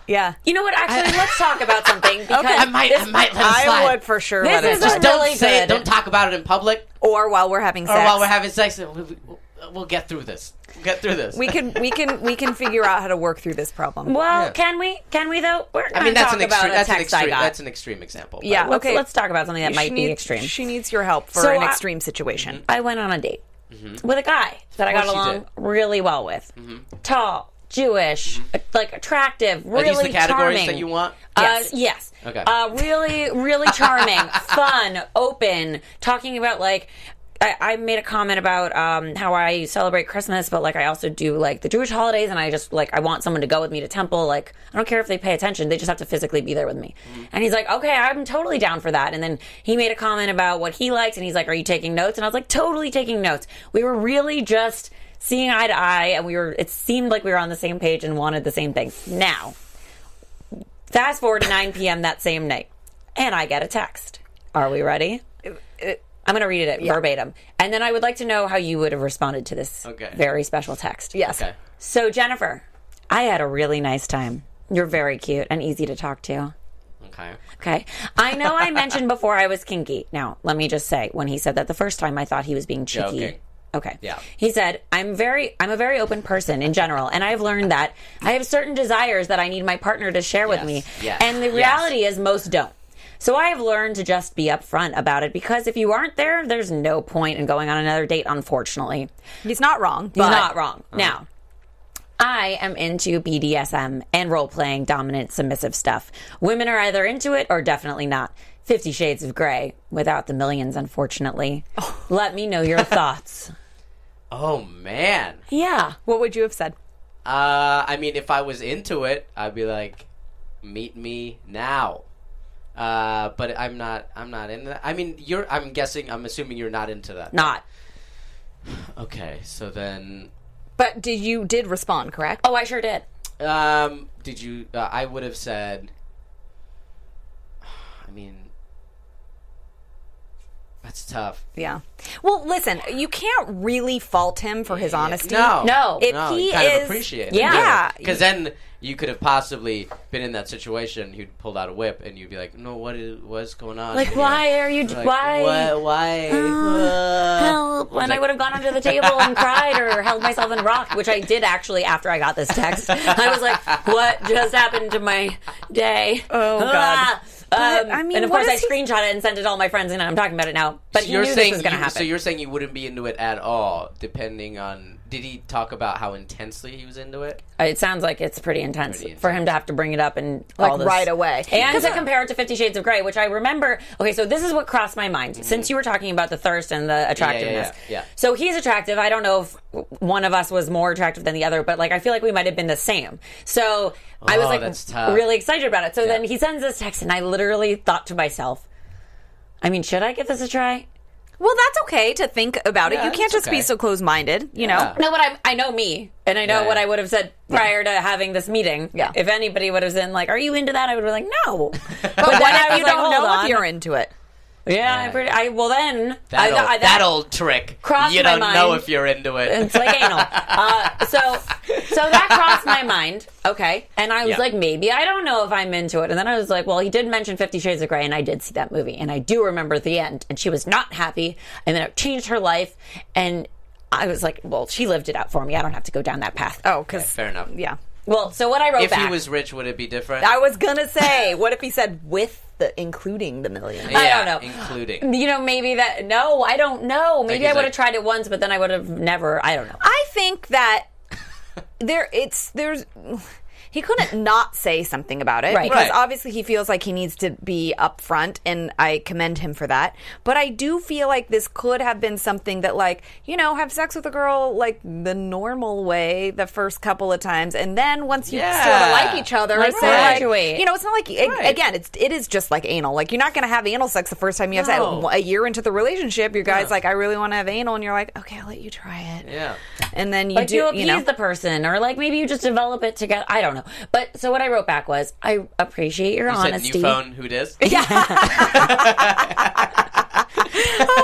S1: yeah
S3: you know what? Actually, let's talk about something because
S5: I might, I might let it slide.
S1: i would for sure
S3: This
S1: let it
S3: is
S1: slide.
S5: Just don't
S3: Really
S5: say it.
S3: good.
S5: Don't talk about it in public
S1: or while we're having
S5: or
S1: sex
S5: while we're having sex. We- we- We'll get through this. We'll get through this.
S1: we can we can we can figure out how to work through this problem
S3: well,
S5: Yeah.
S3: can we? Can we though? We're
S5: I mean, that's
S3: talk
S5: an
S3: about
S5: extreme.
S3: a
S5: That's an
S3: text I
S5: extreme.
S3: got.
S5: That's an extreme example. but-
S1: Yeah.
S3: Let's,
S1: Okay.
S3: let's talk about something that
S1: She
S3: might be
S1: needs-
S3: extreme.
S1: she needs your help for
S3: So
S1: an
S3: I-
S1: extreme situation
S3: I went on a date with a guy that I got
S5: Mm-hmm. course you Mm-hmm.
S3: along really well with. Tall, Jewish, like attractive,
S5: Are
S3: really
S5: these the categories
S3: charming.
S5: that you want?
S3: Yes.
S1: Yes.
S3: Uh, yes.
S5: Okay.
S3: Uh, really, really charming, fun, open, talking about like I, I made a comment about um, how I celebrate Christmas, but like I also do like the Jewish holidays, and I just like I want someone to go with me to temple. Like I don't care if they pay attention; they just have to physically be there with me. And he's like, "Okay, I'm totally down for that." And then he made a comment about what he likes, and he's like, "Are you taking notes?" And I was like, "Totally taking notes." We were really just seeing eye to eye, and we were. It seemed like we were on the same page and wanted the same thing. Now, fast forward to 9 p.m. that same night, and I get a text. Are we ready? I'm going to read it verbatim. And then I would like to know how you would have responded to this
S5: Okay.
S3: very special text.
S1: Yes.
S5: Okay.
S3: So, Jennifer, I had a really nice time. You're very cute and easy to talk to.
S5: Okay.
S3: Okay. I know I mentioned before I was kinky. Now, let me just say, when he said that the first time, I thought he was being cheeky.
S5: Joking.
S3: Okay.
S5: Yeah.
S3: He said, "I'm very, I'm a very open person in general, and I've learned that I have certain desires that I need my partner to share with
S5: Yes.
S3: me,
S5: Yes.
S3: and the
S5: Yes.
S3: reality is most don't." So I have learned to just be upfront about it because if you aren't there, there's no point in going on another date. Unfortunately,
S1: He's not wrong.
S3: He's
S1: but-
S3: not wrong. Now, I am into BDSM and role playing dominant submissive stuff. Women are either into it or definitely not. Fifty Shades of Grey without the millions, unfortunately. Let me know your thoughts.
S5: Oh man.
S3: Yeah.
S1: What would you have said?
S5: Uh, I mean, if I was into it, I'd be like, meet me now. Uh, but I'm not. I'm not into that. I mean, you're. I'm guessing. I'm assuming you're not into that.
S3: Not.
S5: Okay. So then,
S1: But did you did respond correct?
S3: Oh, I sure did.
S5: um, did you? Uh, I would have said. I mean, that's tough.
S1: Yeah. Well, listen, you can't really fault him for his honesty.
S5: No,
S3: No.
S1: If
S5: no,
S1: he
S5: you kind
S1: is-
S5: of appreciate.
S3: Yeah.
S1: Yeah.
S5: because then you could have possibly been in that situation. You'd pulled out a whip, and you'd be like, "No, what is what's going on?
S3: Like,
S5: here?"
S3: why are you?
S5: Like,
S3: why?
S5: Why? Why? Uh,
S3: Help! And I would have gone under the table and cried or held myself and rocked, which I did actually after I got this text. I was like, "What just happened to my day?"
S1: Oh, God. But, I
S3: I
S1: mean,
S3: mean, and of
S1: what
S3: course, I
S1: is he-
S3: screenshot it and sent it to all my friends, and I'm talking about it now. But
S5: so
S3: he
S5: you're
S3: knew
S5: saying
S3: this was going to
S5: you-
S3: happen.
S5: So you're saying you wouldn't be into it at all, depending on. Did he talk about how intensely he was into it?
S3: it sounds like it's pretty intense,
S5: Pretty
S3: for him to have to bring it up and
S1: Like,
S3: all this-
S1: right away.
S3: and to compare it to Fifty Shades of Grey, which I remember. Okay, so this is what crossed my mind since you were talking about the thirst and the attractiveness.
S5: Mm-hmm. yeah.
S3: So he's attractive. I don't know if one of us was more attractive than the other, but like I feel like we might have been the same. So I was
S5: Oh,
S3: like
S5: that's tough.
S3: really excited about it. So then he sends this text, and I literally thought to myself, I mean, should I give this a try?
S1: Well, that's okay to think about it.
S5: Yeah,
S1: you can't
S5: that's
S1: just be
S5: okay.
S1: so close-minded, you know.
S5: Yeah.
S3: know what I, I know me, and I know
S5: Yeah.
S3: what I would have said prior to having this meeting.
S1: Yeah.
S3: If anybody would have been like, "Are you into that?" I would have been like, "No." But,
S1: But what
S3: then I
S1: if
S3: was
S1: you
S3: like,
S1: don't
S3: "Hold
S1: know
S3: on."
S1: if you're into it?
S3: Yeah, I, pretty, I well then
S5: That,
S3: I,
S5: old,
S3: I-
S5: that, old trick.
S3: crossed
S5: You
S3: my
S5: don't know
S3: mind.
S5: if you're into it.
S3: It's like anal. Uh, so, so that crossed my mind. Okay, and I was
S5: Yeah.
S3: like, maybe I don't know if I'm into it. And then I was like, well, he did mention Fifty Shades of Grey, and I did see that movie, and I do remember the end. And she was not happy, and then it changed her life. And I was like, well, she lived it out for me. I don't have to go down that path.
S1: Oh, cuz
S5: Fair enough.
S1: yeah.
S3: Well, so what I wrote
S5: If
S3: back.
S5: he was rich, would it be different?
S1: I was going to say, what if he said with the including the million?
S5: yeah,
S3: don't know.
S5: Including.
S3: you know, maybe that. No, I don't know. Maybe
S5: he's
S3: I would have
S5: like-
S3: tried it once, but then I would have never. I don't know.
S1: I think that there it's there's he couldn't not say something about it
S3: Right.
S1: because
S5: Right.
S1: obviously he feels like he needs to be upfront and I commend him for that. But I do feel like this could have been something that like, you know, have sex with a girl like the normal way the first couple of times and then once you
S5: Yeah.
S1: sort of like each other
S3: Like
S1: or say like,
S3: graduate.
S1: you know, it's not like a- again, it's it is just like anal. Like you're not going to have anal sex the first time you have
S5: No.
S1: sex. A year into the relationship, your guy's like I really want to have anal and you're like, "Okay, I'll let you try it."
S5: Yeah.
S1: and then you
S3: like
S1: do
S3: you
S1: you
S3: appease
S1: know
S3: the person, or like maybe you just develop it together. I don't know. But so what I wrote back was, I appreciate your
S5: You said
S3: honesty.
S5: new phone. Who dis?
S1: oh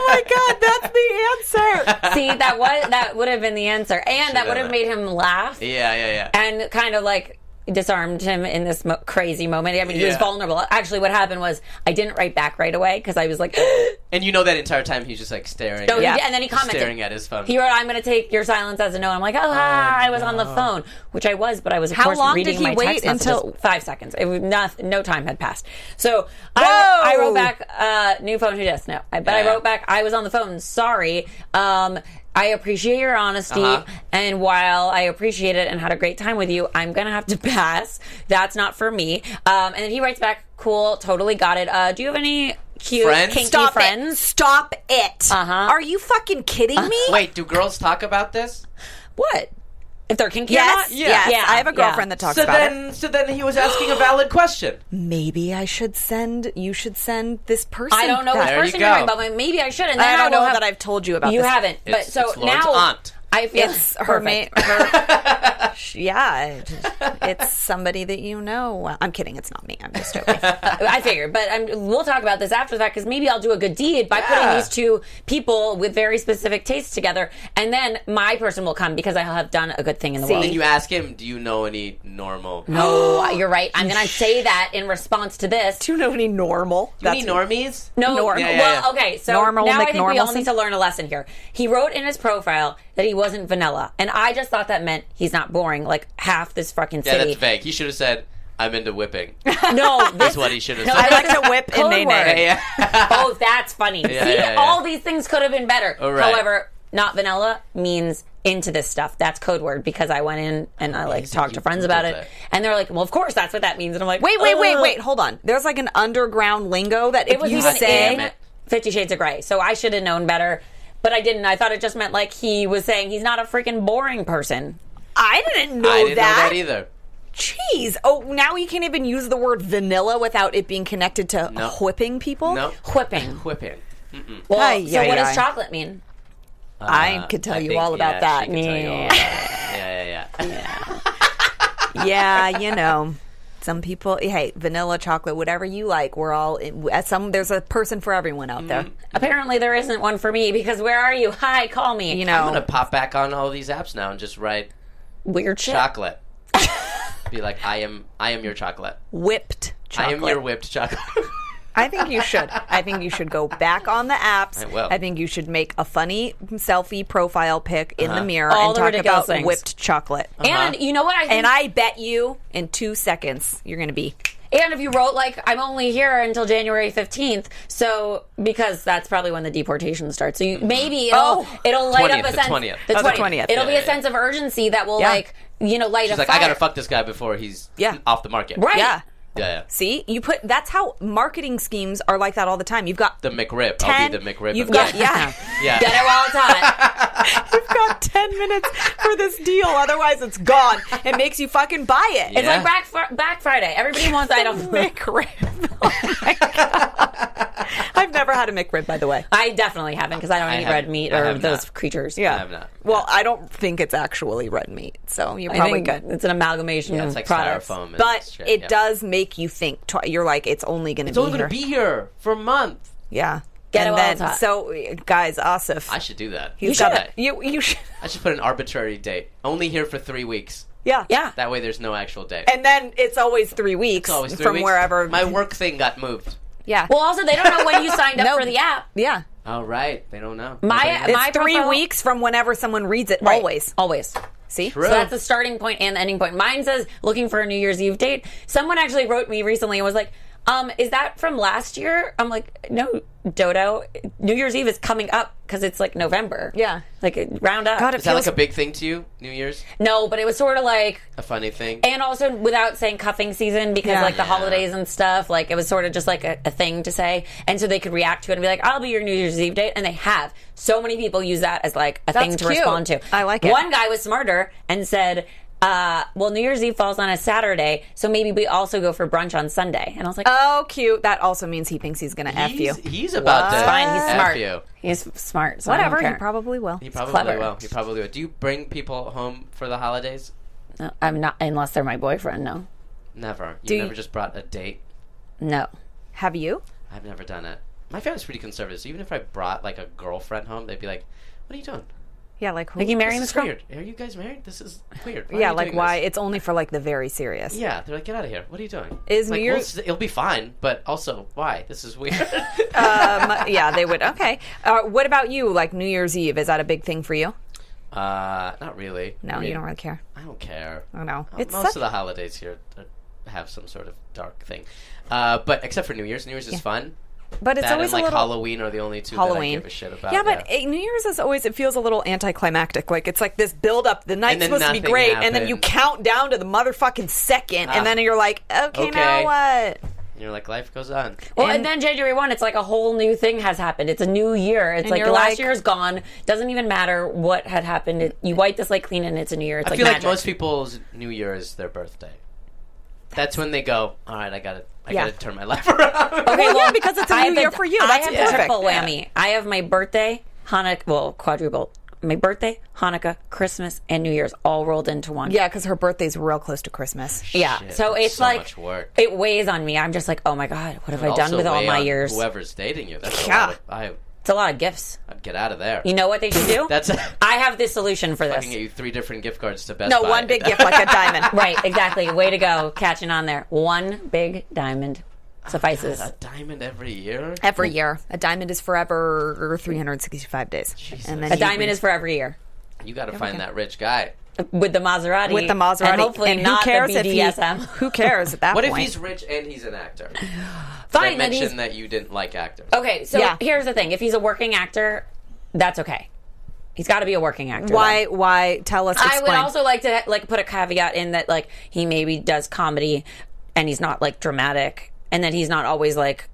S1: my god that's the answer
S3: See, that was that would have been the answer, and that would have
S5: done
S3: made him laugh
S5: Yeah, yeah, yeah.
S3: and kind of like disarmed him in this mo- crazy moment. I mean, he was
S5: Yeah.
S3: vulnerable. Actually, what happened was I didn't write back right away because I was like,
S5: And you know that entire time he's just like staring.
S3: No,
S5: at,
S3: he did- and then he commented.
S5: staring at his phone.
S3: He wrote, "I'm going to take your silence as a no." I'm like, "Oh, ah, I was on the phone," which I was, but I was of
S1: How
S3: course
S1: long
S3: reading
S1: did he
S3: my
S1: wait
S3: text messages.
S1: until-
S3: five seconds? It was not, no time had passed. So I, I
S1: Whoa!
S3: wrote back, uh, "New phone, who dis?" No, I, but I
S5: Yeah.
S3: wrote back, "I was on the phone. Sorry." Um, I appreciate your honesty,
S5: Uh-huh.
S3: and while I appreciate it and had a great time with you, I'm gonna have to pass. That's not for me. Um, and then he writes back, "Cool, totally got it. Uh, do you have any cute,
S5: Friends?
S3: kinky
S1: Stop it.
S3: friends.
S1: Stop it.
S3: Uh-huh.
S1: Are you fucking kidding me?
S5: Wait, do girls talk about this?
S3: What? If they're kinky or
S1: Yes,
S3: not?
S1: yes. I have a girlfriend
S3: yeah.
S1: that talks
S5: so
S1: about
S5: then,
S1: it.
S5: so then he was asking a valid question.
S1: Maybe I should send. You should send this person.
S3: I don't know which
S1: that.
S5: There you
S3: person you're talking
S5: go.
S3: about, but maybe I should. And then
S1: I don't
S3: will
S1: know
S3: have-
S1: that I've told you about.
S3: You
S1: this.
S3: haven't. But
S5: It's-
S3: so
S5: it's Lauren's
S3: now
S5: aunt.
S3: I feel
S1: It's her mate.
S3: perfect.
S1: Her, yeah, it's somebody that you know. I'm kidding. It's not me. I'm just joking.
S3: I figured, but i we'll talk about this after that because maybe I'll do a good deed by putting
S5: Yeah.
S3: these two people with very specific tastes together, and then my person will come because I'll have done a good thing in the
S5: And
S3: world.
S5: then you ask him, "Do you know any normal?
S3: no, you're right. I'm going to say that in response to this.
S1: Do you know any normal?
S5: any normies?
S3: No,
S1: Normal.
S5: Yeah, yeah,
S3: well,
S5: yeah.
S3: okay. So
S1: Normal,
S3: now I think we all
S1: McNormalson?
S3: need to learn a lesson here. He wrote in his profile that he wasn't vanilla, and I just thought that meant he's not boring. Like half this fucking
S5: Yeah,
S3: city.
S5: that's vague. He should have said, "I'm into whipping."
S3: No, this
S5: That's what he should have
S3: No,
S5: said.
S1: I like to whip and
S3: Code
S1: nay
S3: word.
S1: nay.
S5: yeah,
S3: oh, that's funny. See,
S5: yeah, yeah.
S3: all these things could have been better.
S5: All right.
S3: However, not vanilla means into this stuff. That's code word because I went in and I like
S5: Amazing.
S3: talked to
S5: You
S3: friends about
S5: Googled
S3: it,
S5: that.
S3: and they're like, "Well, of course, that's what that means." And I'm like,
S1: Wait, wait, wait,
S3: "Ugh."
S1: wait. Hold on. There's like an underground lingo that if
S3: It was
S1: you
S3: even
S1: say,
S5: Damn
S3: in
S5: it.
S3: Fifty Shades of Grey, so I should have known better, but I didn't. I thought it just meant like he was saying he's not a freaking boring person.
S1: I didn't know
S5: I didn't
S1: that.
S5: know that either.
S1: Jeez. Oh, now you can't even use the word vanilla without it being connected to
S5: No.
S1: whipping people.
S5: No,
S3: Whipping.
S5: whipping. Mm-mm.
S3: Well,
S1: Ay,
S3: so
S1: ay,
S3: what
S1: ay.
S3: does chocolate mean?
S1: I could tell
S5: Uh, I
S1: you
S5: think-
S1: all about
S5: yeah,
S1: that.
S5: She could tell you all about that. Yeah, yeah, yeah.
S1: yeah, you know. Some people, hey, vanilla, chocolate, whatever you like. We're all at some. There's a person for everyone out there.
S5: Mm-hmm.
S3: Apparently, there isn't one for me because where are you? Hi, call me.
S1: You
S5: I'm gonna
S1: know,
S5: pop back on all these apps now and just write
S3: weird shit.
S5: chocolate. Be like, I am, I am your chocolate.
S1: whipped chocolate.
S5: I am your whipped chocolate.
S1: I think you should. I think you should go back on the apps.
S5: I will.
S1: think you should make a funny selfie profile pic in
S5: Uh-huh.
S1: the mirror
S3: All
S1: and
S3: the
S1: talk
S3: ridiculous
S1: about
S3: things.
S1: whipped chocolate.
S3: And you know what? I think
S1: And I bet you in two seconds you're going to be.
S3: And if you wrote like I'm only here until January 15th, so because that's probably when the deportation starts. So you, maybe it'll
S1: Oh.
S3: it'll light
S5: 20th,
S3: up a
S5: Mm-hmm. the
S3: sense
S5: 20th.
S3: the
S1: Oh, the
S3: 20th.
S1: 20th.
S3: It'll be
S5: Yeah,
S3: a
S5: yeah,
S3: sense of urgency that will
S1: Yeah.
S3: like you know light
S5: She's
S3: a
S5: like,
S3: fire.
S5: I gotta fuck this guy before he's
S1: Yeah.
S5: off the market.
S3: Right.
S1: Yeah.
S5: Yeah. yeah.
S1: See, you put that's how marketing schemes are like that all the time. You've got
S5: The McRib. I'll
S1: 10
S5: be the McRib.
S1: You've
S5: of
S1: got
S5: that.
S1: yeah.
S5: yeah.
S3: Get it while it's hot.
S1: you've got 10 minutes for this deal otherwise it's gone. It makes you fucking buy it.
S3: It's like Black, Fri- Black Friday. Everybody wants items.
S1: McRib. Oh my God. I've never had a McRib by the way.
S3: I definitely haven't because I don't eat red
S5: haven't-
S3: meat
S5: I
S3: or
S5: have
S3: those
S5: not.
S3: creatures.
S1: Yeah.
S5: have not.
S1: Well, I don't think it's actually red meat, so you're
S3: I
S1: probably
S3: think
S1: good.
S3: It's an amalgamation
S5: Yeah,
S3: of
S5: it's like
S3: products.
S5: styrofoam. and
S1: But
S5: shit,
S1: it
S5: yeah.
S1: does make you think. Tw- you're like, it's only going to
S5: It's
S1: be
S5: only
S1: here.
S5: gonna be here for a month.
S1: yeah.
S3: Get
S1: and
S3: it while
S1: then,
S3: it's hot.
S1: so guys, Asif,
S5: I should do that.
S1: he's
S3: should.
S1: got
S5: that.
S1: a- you you should,
S5: I should put an arbitrary date. Only here for three weeks.
S1: yeah
S3: Yeah.
S5: That way, there's no actual date.
S1: And then it's always three weeks
S5: It's always three
S1: from
S5: weeks.
S1: wherever.
S5: My work thing got moved.
S1: yeah.
S3: well, also they don't know when you signed up for the app.
S1: yeah.
S5: All right, they don't know.
S3: My-
S5: Okay.
S1: It's
S3: my
S1: three
S3: profile-
S1: weeks from whenever someone reads it.
S3: Right.
S1: Always.
S3: Always.
S1: See.
S5: True.
S3: So that's the starting point and the ending point. Mine says looking for a New Year's Eve date. Someone actually wrote me recently and was like, um, is that from last year? I'm like, no, Dodo. New Year's Eve is coming up because it's like November.
S1: Yeah.
S3: Like round up.
S1: God, it
S5: is that like
S1: feels-
S5: a big thing to you? New Year's,
S3: no, but it was sort of like,
S5: a funny thing.
S3: and also without saying cuffing season because
S1: Yeah.
S3: like the
S1: Yeah.
S3: holidays and stuff, like it was sort of just like a, a thing to say. And so they could react to it and be like, I'll be your New Year's Eve date. And they have. So many people use that as like a thing to
S1: cute.
S3: respond to.
S1: I like it.
S3: One guy was smarter and said, uh, well, New Year's Eve falls on a Saturday, so maybe we also go for brunch on Sunday. And I was like,
S1: Oh, cute. That also means he thinks he's gonna f you.
S5: he's, he's about
S3: it's
S5: to
S3: fine. He's
S5: F
S3: smart.
S5: you.
S3: He's smart. So I don't
S1: Whatever. He
S3: care.
S1: probably will.
S5: He probably
S3: clever.
S5: will. He probably will. Do you bring people home for the holidays?
S3: No, I'm not, unless they're my boyfriend. No.
S5: Never. You
S1: Do you-
S5: never just brought a date.
S3: No.
S1: Have you?
S5: I've never done it. My family's pretty conservative, so even if I brought like a girlfriend home, they'd be like, "What are you doing?
S1: Yeah. Like who?
S3: Like, you marrying
S5: This
S3: this
S5: is
S3: girl?
S5: weird. Are you guys married? This is weird. Why are
S1: yeah.
S5: you
S1: Like
S5: doing
S1: why?
S5: this?"
S1: It's only for like the very serious.
S5: Yeah, they're like, "Get out of here. What are you doing?
S1: Is
S5: like,
S1: New
S5: we'll
S1: Year's-
S5: s- it'll be fine, but also why? This is weird.
S1: Um, yeah. They would. Okay. Uh, what about you? Like New Year's Eve? Is that a big thing for you?
S5: uh, not really.
S1: No,
S5: I mean,
S1: you don't really care.
S5: I don't care.
S1: I know.
S5: Uh,
S1: It's
S5: Most
S1: such-
S5: of the holidays here uh, have some sort of dark thing, uh, but except for New Year's. New Year's is fun.
S1: But it's
S5: that
S1: always
S5: and like
S1: a little.
S5: Halloween are the only two
S1: Halloween.
S5: that I give a shit about.
S1: Yeah, but eh, New Year's is always it feels a little anticlimactic. Like it's like this build up. The night's
S5: then
S1: supposed to be
S5: nothing
S1: great, and then you
S5: happens. Ah.
S1: count down to the motherfucking second, and then you're like, okay,
S5: Okay.
S1: now what?
S5: And you're like, life goes on.
S3: Well, and, then January 1, it's like a whole new thing has happened. It's a new year. It's like
S1: you're
S3: last
S1: like-
S3: year's gone. Doesn't even matter what had happened. It, you wipe the slate clean and it's a new year. It's
S5: I
S3: like
S5: feel
S3: magic.
S5: like most people's New Year is their birthday. That's when they go, all right, I got to I
S3: Yeah.
S5: got to turn my life around.
S3: Okay,
S1: Well, yeah, because it's a
S3: I
S1: new
S3: have the-
S1: year for you. That's
S3: I have the
S1: perfect.
S3: triple
S1: Yeah.
S3: whammy. I have my birthday, Hanukkah, well, quadruple. My birthday, Hanukkah, Christmas, and New Year's all rolled into one.
S1: Yeah, because her birthday's real close to Christmas.
S3: Yeah.
S5: Shit,
S3: so
S5: that's
S3: it's
S5: so
S3: like
S5: much work.
S3: it weighs on me. I'm just like, oh my god, what have I done
S5: Also
S3: with all
S5: weigh
S3: my
S5: on
S3: years?
S5: Whoever's dating you, that's a
S1: Yeah.
S5: lot of, I,
S3: It's a lot of gifts.
S5: I'd get out of there.
S3: You know what they should do?
S5: That's a,
S3: I have the solution for
S5: I
S3: this.
S5: can get you three different gift cards to Best
S1: No,
S5: Buy.
S1: one big gift like a diamond.
S3: Right, exactly. Way to go, catching on there. One big diamond suffices.
S5: A diamond every year.
S1: Every year, a diamond is forever 365 days, and then
S3: a diamond is for every year.
S5: You got to find that rich guy.
S3: With the Maserati.
S1: with the Maserati.
S3: And hopefully
S1: who
S3: not
S1: cares
S3: the
S1: if he-
S3: BDSM.
S1: who cares at that
S5: What if
S1: point?
S5: he's rich and he's an actor? I
S3: Fine, that he's-
S5: mentioned that you didn't like actors.
S3: Okay, so
S1: Yeah.
S3: here's the thing. If he's a working actor, that's okay. He's got to be a working actor.
S1: why? Why? Tell us.
S3: though.
S1: Explain.
S3: I would also like to like put a caveat in that like he maybe does comedy and he's not like dramatic and that he's not always like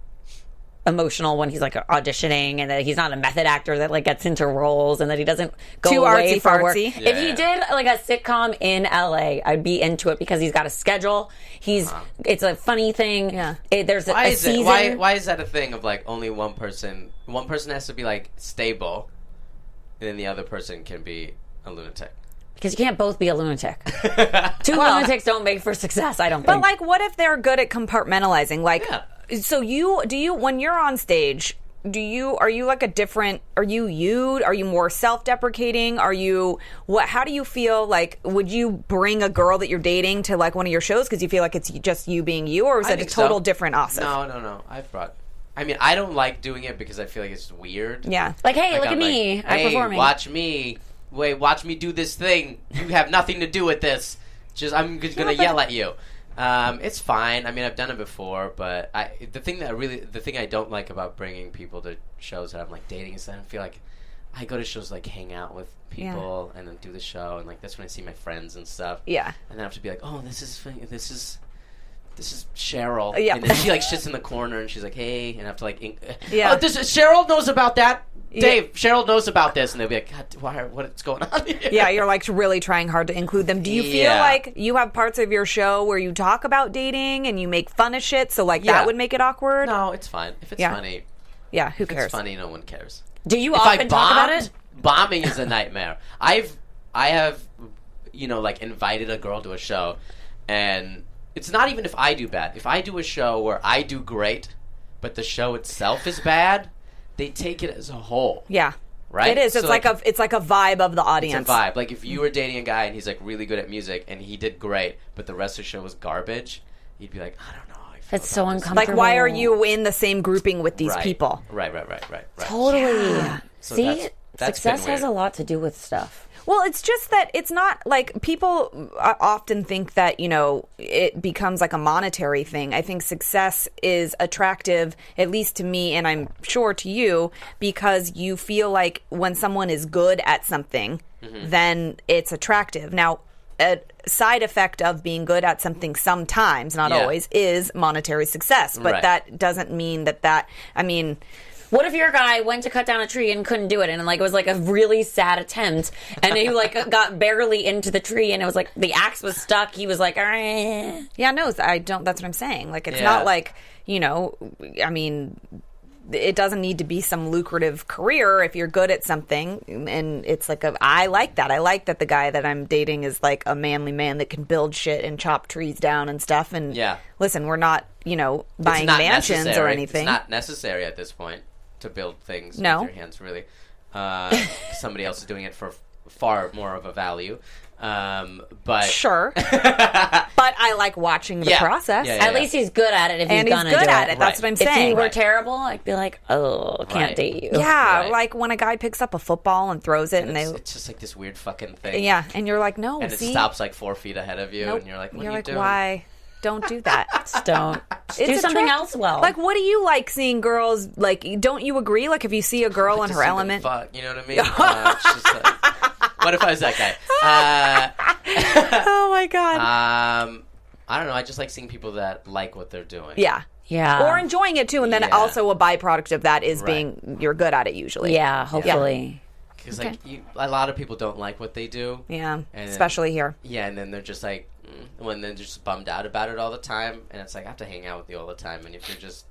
S3: emotional when he's like auditioning and that he's not a method actor that like gets into roles and that he doesn't go
S1: Too
S3: away for work.
S1: artsy-fartsy.
S3: If he did like a sitcom in LA, I'd be into it because he's got a schedule. He's it's a funny thing.
S1: Yeah.
S3: It- there's a,
S5: Uh-huh. Why
S3: a
S5: is
S3: season.
S5: it? Why, why is that a thing of like only one person? One person has to be like stable, and then the other person can be a lunatic.
S3: Because you can't both be a lunatic. Two lunatics don't make for success, I don't
S1: But
S3: think.
S1: like, what if they're good at compartmentalizing? Like,
S5: Yeah.
S1: so you do you when you're on stage? Do you are you like a different? Are you you? Are you more self deprecating? Are you what? How do you feel? Like, would you bring a girl that you're dating to like one of your shows because you feel like it's just you being you, or is
S5: I
S1: it a
S5: think
S1: total
S5: so.
S1: different Asif?
S5: No, no, no. I've brought. I mean, I don't like doing it because I feel like it's weird.
S1: Yeah.
S3: Like, hey,
S5: Like,
S3: look
S5: I'm
S3: at me.
S5: like,
S3: I'm
S5: "Hey,
S3: performing.
S5: Watch me. Wait, watch me do this thing. You have nothing to do with this. Just I'm just gonna yell at you. Um, it's fine. I mean, I've done it before, but I the thing that really the thing I don't like about bringing people to shows that I'm like dating is that I don't feel like I go to shows like hang out with people and then do the show and like that's when I see my friends and stuff.
S1: Yeah.
S5: and then I have to be like, oh, this is fin- this is. This is Cheryl.
S1: Yeah.
S5: And then she like sits in the corner and she's like, "Hey," and I have to like, in-
S1: Yeah.
S5: "Oh, this is- Cheryl knows about that. Dave, Cheryl knows about this," and they'll be like, "God, why? Are, what's going on?" Here?
S1: yeah, you're like really trying hard to include them. Do you feel
S5: Yeah.
S1: like you have parts of your show where you talk about dating and you make fun of shit? So like
S5: Yeah.
S1: that would make it awkward.
S5: No, it's fine. If it's
S1: Yeah.
S5: funny,
S1: Yeah, who
S5: if it's
S1: cares?
S5: funny. No one cares.
S3: Do you
S5: if
S3: often
S5: I bombed,
S3: talk about it?
S5: bombing is a nightmare. I've I have you know like invited a girl to a show, and it's not even if I do bad. If I do a show where I do great, but the show itself is bad, they take it as a whole.
S1: Yeah,
S5: Right?
S1: It is.
S5: So,
S1: It's like,
S5: like-
S1: a it's like a vibe of the
S5: It's a
S1: audience.
S5: vibe. Like if you were dating a guy and he's like really good at music and he did great, but the rest of the show was garbage, you'd be like, I don't know. how I feel
S3: That's so
S5: about this."
S3: uncomfortable.
S1: Like, why are you in the same grouping with these
S5: right.
S1: people?
S5: Right, right, right, right, right.
S3: Totally. See,
S5: that's- that's been
S3: success has a
S5: weird.
S3: lot to do with stuff.
S1: Well, it's just that it's not like people uh, often think that, you know, it becomes like a monetary thing. I think success is attractive, at least to me, and I'm sure to you, because you feel like when someone is good at something,
S5: Mm-hmm.
S1: then it's attractive. Now, a side effect of being good at something sometimes, not
S5: Yeah.
S1: always, is monetary success. But
S5: Right.
S1: that doesn't mean that that, I mean,
S3: What if your guy went to cut down a tree and couldn't do it, and like it was like a really sad attempt, and he like got barely into the tree, and it was like the axe was stuck. He was like, "Eh."
S1: Yeah, no, th- I don't. That's what I'm saying. Like, it's
S5: Yeah.
S1: not like you know. I mean, it doesn't need to be some lucrative career if you're good at something. And it's like, a, I like that. I like that the guy that I'm dating is like a manly man that can build shit and chop trees down and stuff. And
S5: Yeah.
S1: listen, we're not you know
S5: It's
S1: buying
S5: not
S1: mansions or
S5: necessary.
S1: anything.
S5: It's not necessary at this point to build things
S1: No.
S5: with your hands. Really, uh, somebody else is doing it for f- far more of a value. Um, but
S1: sure, but I like watching the
S5: Yeah.
S1: process.
S5: Yeah, yeah,
S3: At least he's good at it. If
S1: And
S3: he's,
S1: he's
S3: gonna
S1: good
S3: do
S1: at it. That's
S5: Right.
S1: what I'm
S3: If he
S1: saying.
S3: were
S5: Right.
S3: terrible, I'd be like, "Oh, can't
S5: Right.
S3: date you."
S1: Yeah,
S5: Right.
S1: like when a guy picks up a football and throws it, and,
S5: it's,
S1: they.
S5: it's just like this weird fucking thing.
S1: Yeah, and you're like, no,
S5: and it
S1: see,
S5: stops like four feet ahead of you,
S1: Nope.
S5: and you're like, what
S1: you're
S5: are you
S1: like,
S5: doing?
S1: why? Don't do that.
S3: Just don't do
S1: It's
S3: something
S1: attract-
S3: else. Well,
S1: Like, what do you like seeing girls? Like, don't you agree? Like, if you see a girl in
S5: Just
S1: her
S5: even
S1: element,
S5: Fuck, you know what I mean? Uh, it's just like- what if I was that guy? Uh,
S1: oh my god,
S5: Um, I don't know. I just like seeing people that like what they're doing.
S1: Yeah.
S3: Yeah.
S1: Or enjoying it too. And then
S5: Yeah.
S1: also a byproduct of that is
S5: Right.
S1: being you're good at it usually.
S3: yeah, hopefully.
S5: Because like you, a lot of people don't like what they do.
S1: Yeah.
S5: And-
S1: Especially here.
S5: Yeah, and then they're just like, mm, when they're just bummed out about it all the time, and it's like I have to hang out with you all the time, and if you're just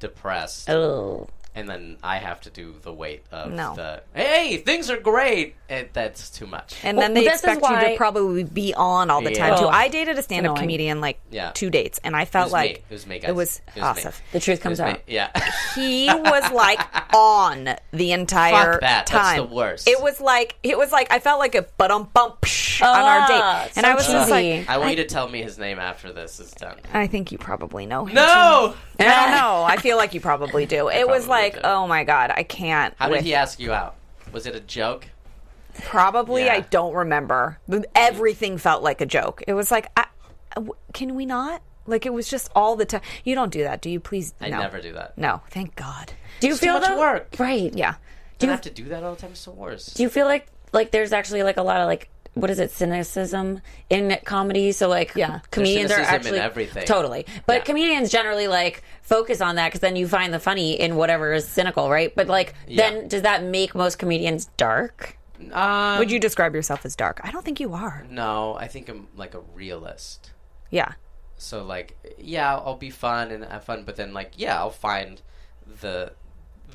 S5: depressed,
S3: Oh.
S5: and then I have to do the weight of
S1: No.
S5: the hey, things are great, and that's too much.
S1: And
S3: Well,
S1: then they
S3: this is
S1: expect you
S3: why-
S1: to probably be on all the time
S5: Yeah.
S1: too.
S3: Ugh.
S1: I dated a stand up
S3: Annoying.
S1: comedian like
S5: Yeah.
S1: two dates and I
S5: it
S1: felt
S5: was
S1: like
S5: me. it was me, guys.
S1: it was
S5: me.
S1: awesome.
S3: The truth comes
S5: It was
S3: out.
S5: me. Yeah,
S1: He was like on the entire
S5: Fuck that. That's
S1: time.
S5: the worst.
S1: It was like it was like I felt like a but um bump psh on our
S3: Ah,
S1: date. And I
S3: so
S1: was just like
S3: cheesy.
S5: I want you to tell me his name after this is done.
S1: I think you probably know him.
S5: No,
S1: I don't know. I feel like you probably do. It was
S5: probably
S1: like,
S5: do.
S1: oh my god, I can't.
S5: how did
S1: with-
S5: he ask you out? Was it a joke?
S1: Probably,
S5: Yeah.
S1: I don't remember. But Everything felt like a joke. It was like, I, w- can we not? Like it was just all the time. You don't do that, do you? Please,
S5: I
S1: no.
S5: never do that.
S1: No, thank God.
S3: Do you feel
S5: much
S3: though-
S5: work.
S3: Right.
S1: Yeah,
S5: Do you have to do that all the time? It's the worst.
S3: Do you feel like like there's actually like a lot of like what is it cynicism in comedy? So like
S1: Yeah.
S3: comedians are
S5: There's cynicism
S3: actually
S5: in everything.
S3: totally, but
S5: Yeah.
S3: comedians generally like focus on that because then you find the funny in whatever is cynical, right? But like then does that make most comedians dark?
S5: Um,
S1: would you describe yourself as dark? I don't think you are.
S5: No, I think I'm like a realist.
S1: Yeah,
S5: So like, yeah, I'll be fun and have fun, but then like, yeah, I'll find the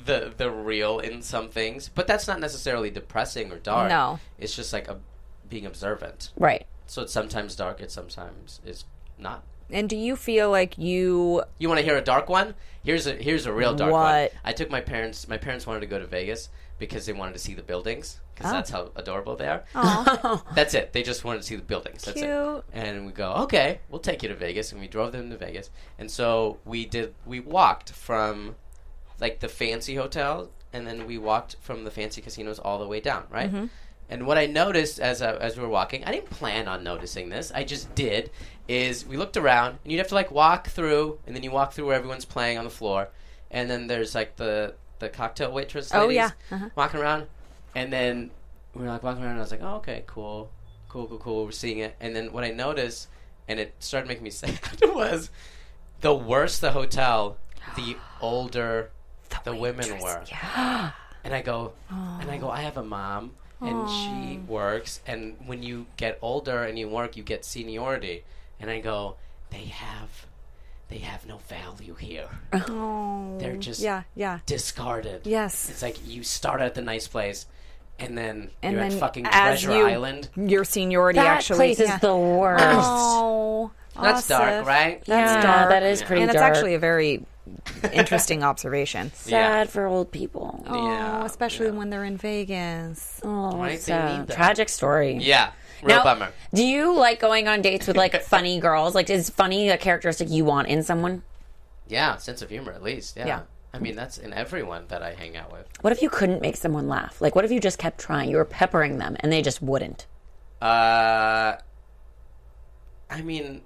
S5: the the real in some things, but that's not necessarily depressing or dark.
S1: No.
S5: it's just like a, being observant.
S3: Right.
S5: So it's sometimes dark. It sometimes is not.
S1: and do you feel like you?
S5: You want to hear a dark one? Here's a here's a real dark one.
S1: What?
S5: I took my parents. My parents wanted to go to Vegas because they wanted to see the buildings
S1: Ah.
S5: because that's how adorable they are. that's it. They just wanted to see the buildings. That's it.
S1: Cute.
S5: And we go, okay, we'll take you to Vegas, and we drove them to Vegas. And so we did. We walked from like the fancy hotel, and then we walked from the fancy casinos all the way down, right? And what I noticed as I, as we were walking, I didn't plan on noticing this. I just did. Is we looked around, and you'd have to like walk through, and then you walk through where everyone's playing on the floor, and then there's like the the cocktail waitress.
S1: Oh,
S5: ladies
S1: yeah. Uh-huh.
S5: walking around, and then we were like walking around, and I was like, oh okay, cool, cool, cool, cool. We're seeing it, and then what I noticed, and it started making me sad, was the worse the hotel, the older the, women
S1: waitress,
S5: were. and I go, and I go, I have a mom, and she works, and when you get older and you work, you get seniority, and I go, they have, they have no value here. They're just
S1: Oh, Yeah, yeah.
S5: discarded.
S1: Yes.
S5: It's like you start at the nice place, and then
S1: And
S5: you're
S1: then
S5: at fucking
S1: as
S5: Treasure
S1: you-
S5: Island.
S1: Your seniority
S3: that
S1: actually.
S3: place
S1: yeah.
S3: is the worst.
S1: Oh,
S5: That's
S1: aw,
S5: dark,
S1: Sif.
S5: right?
S1: That's
S3: yeah,
S1: dark.
S3: that is pretty
S1: and it's
S3: dark.
S1: actually a very interesting observation.
S5: Yeah.
S3: sad for old people. Oh,
S5: yeah.
S1: Oh, especially
S5: yeah.
S1: when they're in Vegas.
S5: Right, they
S3: sad.
S5: need that.
S3: tragic story.
S5: Yeah. Real
S3: Now,
S5: bummer.
S3: Do you like going on dates with like funny girls? Like, is funny a characteristic you want in someone?
S5: Yeah, sense of humor at least. Yeah.
S1: Yeah.
S5: I mean, that's in everyone that I hang out with.
S3: What if you couldn't make someone laugh? Like, what if you just kept trying? You were peppering them and they just wouldn't.
S5: Uh, I mean,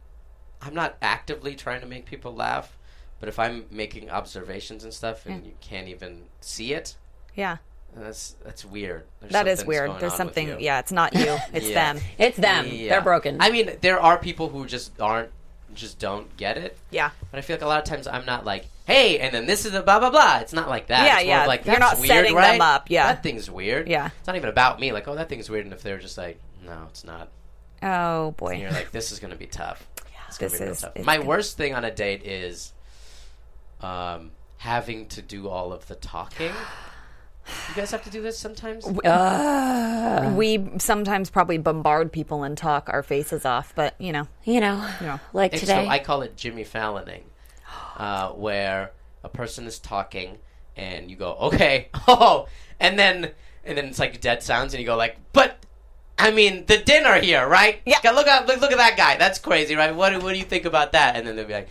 S5: I'm not actively trying to make people laugh, but if I'm making observations and stuff and you can't even see it,
S1: Yeah.
S5: that's that's weird. There's
S1: That is
S5: something's
S1: weird.
S5: going
S1: There's
S5: on with
S1: something.
S5: you.
S1: Yeah, it's not you. It's
S5: Yeah.
S1: them.
S3: It's them.
S5: Yeah.
S3: They're broken.
S5: I mean, there are people who just aren't, just don't get it.
S1: Yeah.
S5: But I feel like a lot of times I'm not like, hey, and then this is a blah blah blah. It's not like that.
S1: Yeah,
S5: It's more of
S1: yeah.
S5: Like
S1: You're
S5: "That's
S1: not
S5: weird,
S1: setting them
S5: right?
S1: up, yeah.
S5: That thing's weird.
S1: Yeah.
S5: It's not even about me. Like, oh, that thing's weird. And if they're just like, no, it's not.
S1: Oh
S5: And
S1: boy.
S5: you're like, this is gonna be tough. it's gonna
S1: this
S5: be real
S1: is-
S5: tough.
S1: it's
S5: My
S1: gonna-
S5: worst thing on a date is, um, having to do all of the talking. You guys have to do this sometimes.
S1: We sometimes probably bombard people and talk our faces off, but you know.
S3: you know, like
S5: And
S3: today.
S5: So I call it Jimmy Falloning, uh, where a person is talking and you go, okay, oh, and then and then it's like dead sounds and you go like, but I mean the dinner here, right?
S1: Yeah.
S5: Go Look at look, look at that guy. That's crazy, right? What what do you think about that? And then they'll be like,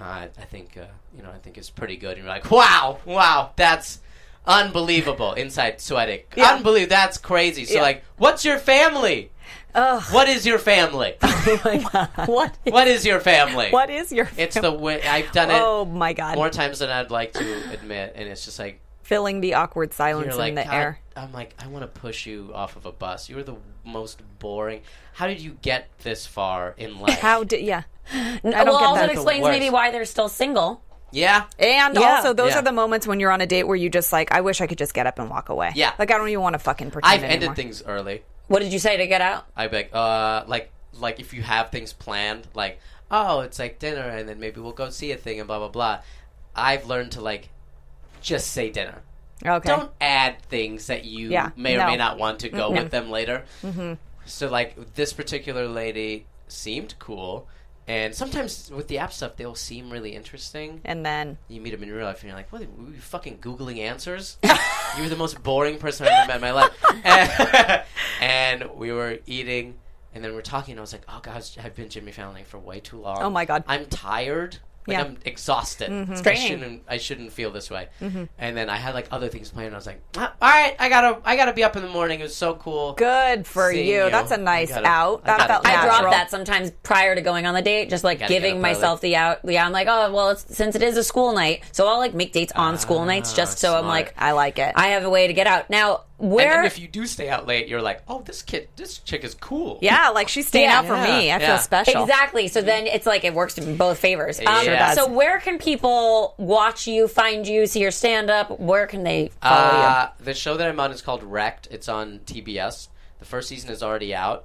S5: uh, I I think uh, you know I think it's pretty good. And you're like, wow, wow, that's. Unbelievable inside sweating. Unbelievable. That's crazy. So, like, what's your family? What is your family?
S1: Oh What?
S5: what is your family?
S1: What is your?
S5: It's the way I've done it
S1: oh my god.
S5: more times than I'd like to admit, and it's just like
S1: filling the awkward silence
S5: You're
S1: in
S5: like,
S1: the
S5: "God,"
S1: air.
S5: I'm like, I want to push you off of a bus. You're the most boring. How did you get this far in life?
S1: How did yeah? I don't
S3: well, also
S1: get that.
S5: the
S3: explains
S5: worst.
S3: maybe why they're still single.
S5: yeah,
S1: And
S3: Yeah.
S1: also, those
S5: Yeah.
S1: are the moments when you're on a date where you just like, I wish I could just get up and walk away.
S5: Yeah.
S1: like I don't even want to fucking pretend.
S5: I've ended
S1: anymore.
S5: things early.
S3: What did you say to get out?
S5: I beg, uh, like, like if you have things planned, like, oh, it's like dinner, and then maybe we'll go see a thing, and blah blah blah. I've learned to like just say dinner.
S1: Okay.
S5: Don't add things that you
S1: Yeah,
S5: may or may
S1: no.
S5: not want to go with them later. Mm-hmm. So, like, this particular lady seemed cool. And sometimes with the app stuff, they'll seem really interesting.
S1: And then
S5: You meet them in real life, and you're like, "What? Were you fucking googling answers? you were the most boring person I've ever met in my life." And, and we were eating, and then we're talking. And I was like, "Oh gosh, I've been Jimmy Fallon for way too long.
S1: Oh, my God.
S5: I'm tired. Like
S1: Yeah. Mm-hmm.
S5: I'm exhausted. I
S3: draining.
S5: shouldn't. I shouldn't feel this way." And then I had like other things planned. And I was like, "Ah, "All right, I gotta, I gotta be up in the morning. It was so cool.
S1: good for
S5: Seeing
S1: you.
S5: you.
S1: That's a nice
S5: I gotta-
S1: out.
S5: I
S1: That
S5: gotta
S1: felt
S5: get
S3: I
S5: out.
S1: natural.
S3: drop that sometimes prior to going on the date, just like
S5: Gotta get
S3: giving
S5: up early.
S3: myself the out. Yeah, I'm like, oh well, it's, since it is a school night, so I'll like make dates on school nights just so I'm
S5: Ah, smart.
S3: like,
S1: I like it.
S3: I have a way to get out. Now,
S5: And
S3: where
S5: then if you do stay out late, you're like, "Oh, this kid, this chick is cool.
S1: yeah, like she's staying
S3: Yeah.
S1: out for me. I
S5: Yeah.
S1: feel special.
S3: Exactly. So then it's like it works in both favors. Um,
S5: sure does.
S3: So where can people watch you, find you, see your stand up? Where can they follow
S5: Uh, the show that I'm on is called Wrecked. It's on TBS. The first season is already out,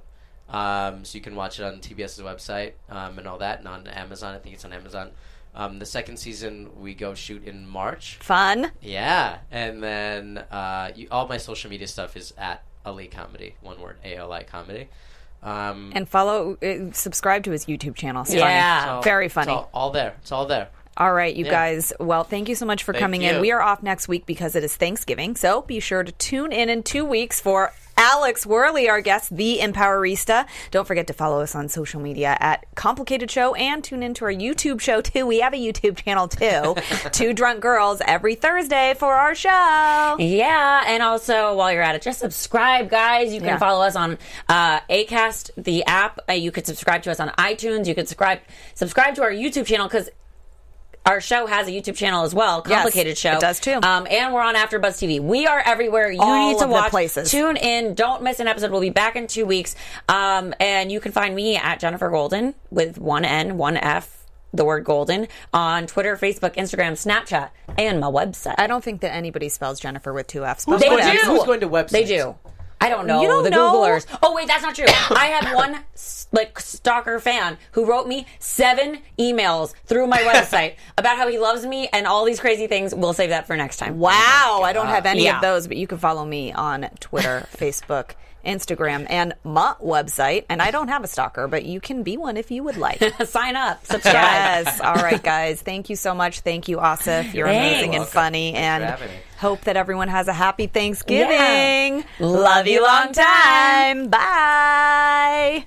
S5: um, so you can watch it on TBS's website um, and all that, and on Amazon. I think it's on Amazon. Um, the second season we go shoot in March.
S1: Fun.
S5: Yeah, and then uh, you, all my social media stuff is at Ali Comedy. One word, A L I Comedy. Um,
S1: And follow, uh, subscribe to his YouTube channel. It's
S3: Yeah.
S1: funny.
S5: so
S1: Ah, Very
S5: it's
S1: funny.
S5: all, all there. It's all there.
S1: All right, you guys. Well, thank you so much for coming in.
S5: you.
S1: We are off next week because it is Thanksgiving. So be sure to tune in in two weeks for Alex Worley, our guest, the Empowerista. Don't forget to follow us on social media at Complicated Show and tune into our YouTube show too. We have a YouTube channel too. two Drunk Girls every Thursday for our show.
S3: you? Yeah, and also while you're at it, just subscribe, guys. You can
S1: Yeah.
S3: follow us on uh, Acast, the app. Uh, you could subscribe to us on iTunes. You could subscribe subscribe to our YouTube channel because our show has a YouTube channel as well,
S1: Yes,
S3: Complicated Show.
S1: it does too.
S3: Um, and we're on AfterBuzz TV. We are everywhere. You
S1: All
S3: need to
S1: of the
S3: watch.
S1: places.
S3: Tune in. Don't miss an episode. We'll be back in two weeks. Um, and you can find me at Jennifer Golden with one N, one F, the word Golden on Twitter, Facebook, Instagram, Snapchat, and my website.
S1: I don't think that anybody spells Jennifer with two F's.
S3: They
S1: but
S5: going
S3: do.
S5: to- who's going to websites?
S3: They do. I don't know.
S1: You don't
S3: the
S1: know?
S3: Googlers. Oh wait, that's not true. I had one s- like stalker fan who wrote me seven emails through my website about how he loves me and all these crazy things. We'll save that for next time.
S5: Oh
S1: Wow, I don't have any
S3: Yeah.
S1: of those, but you can follow me on Twitter, Facebook, Instagram, and my website. And I don't have a stalker, but you can be one if you would like.
S3: Sign up. Subscribe.
S1: yes. All right, guys. Thank you so much. Thank you, Asif. You're
S3: Thanks.
S1: amazing and
S5: Welcome.
S1: funny.
S5: Thanks for
S1: and
S5: having me.
S1: hope that everyone has a happy Thanksgiving.
S3: Yeah.
S1: Love you long time. Bye.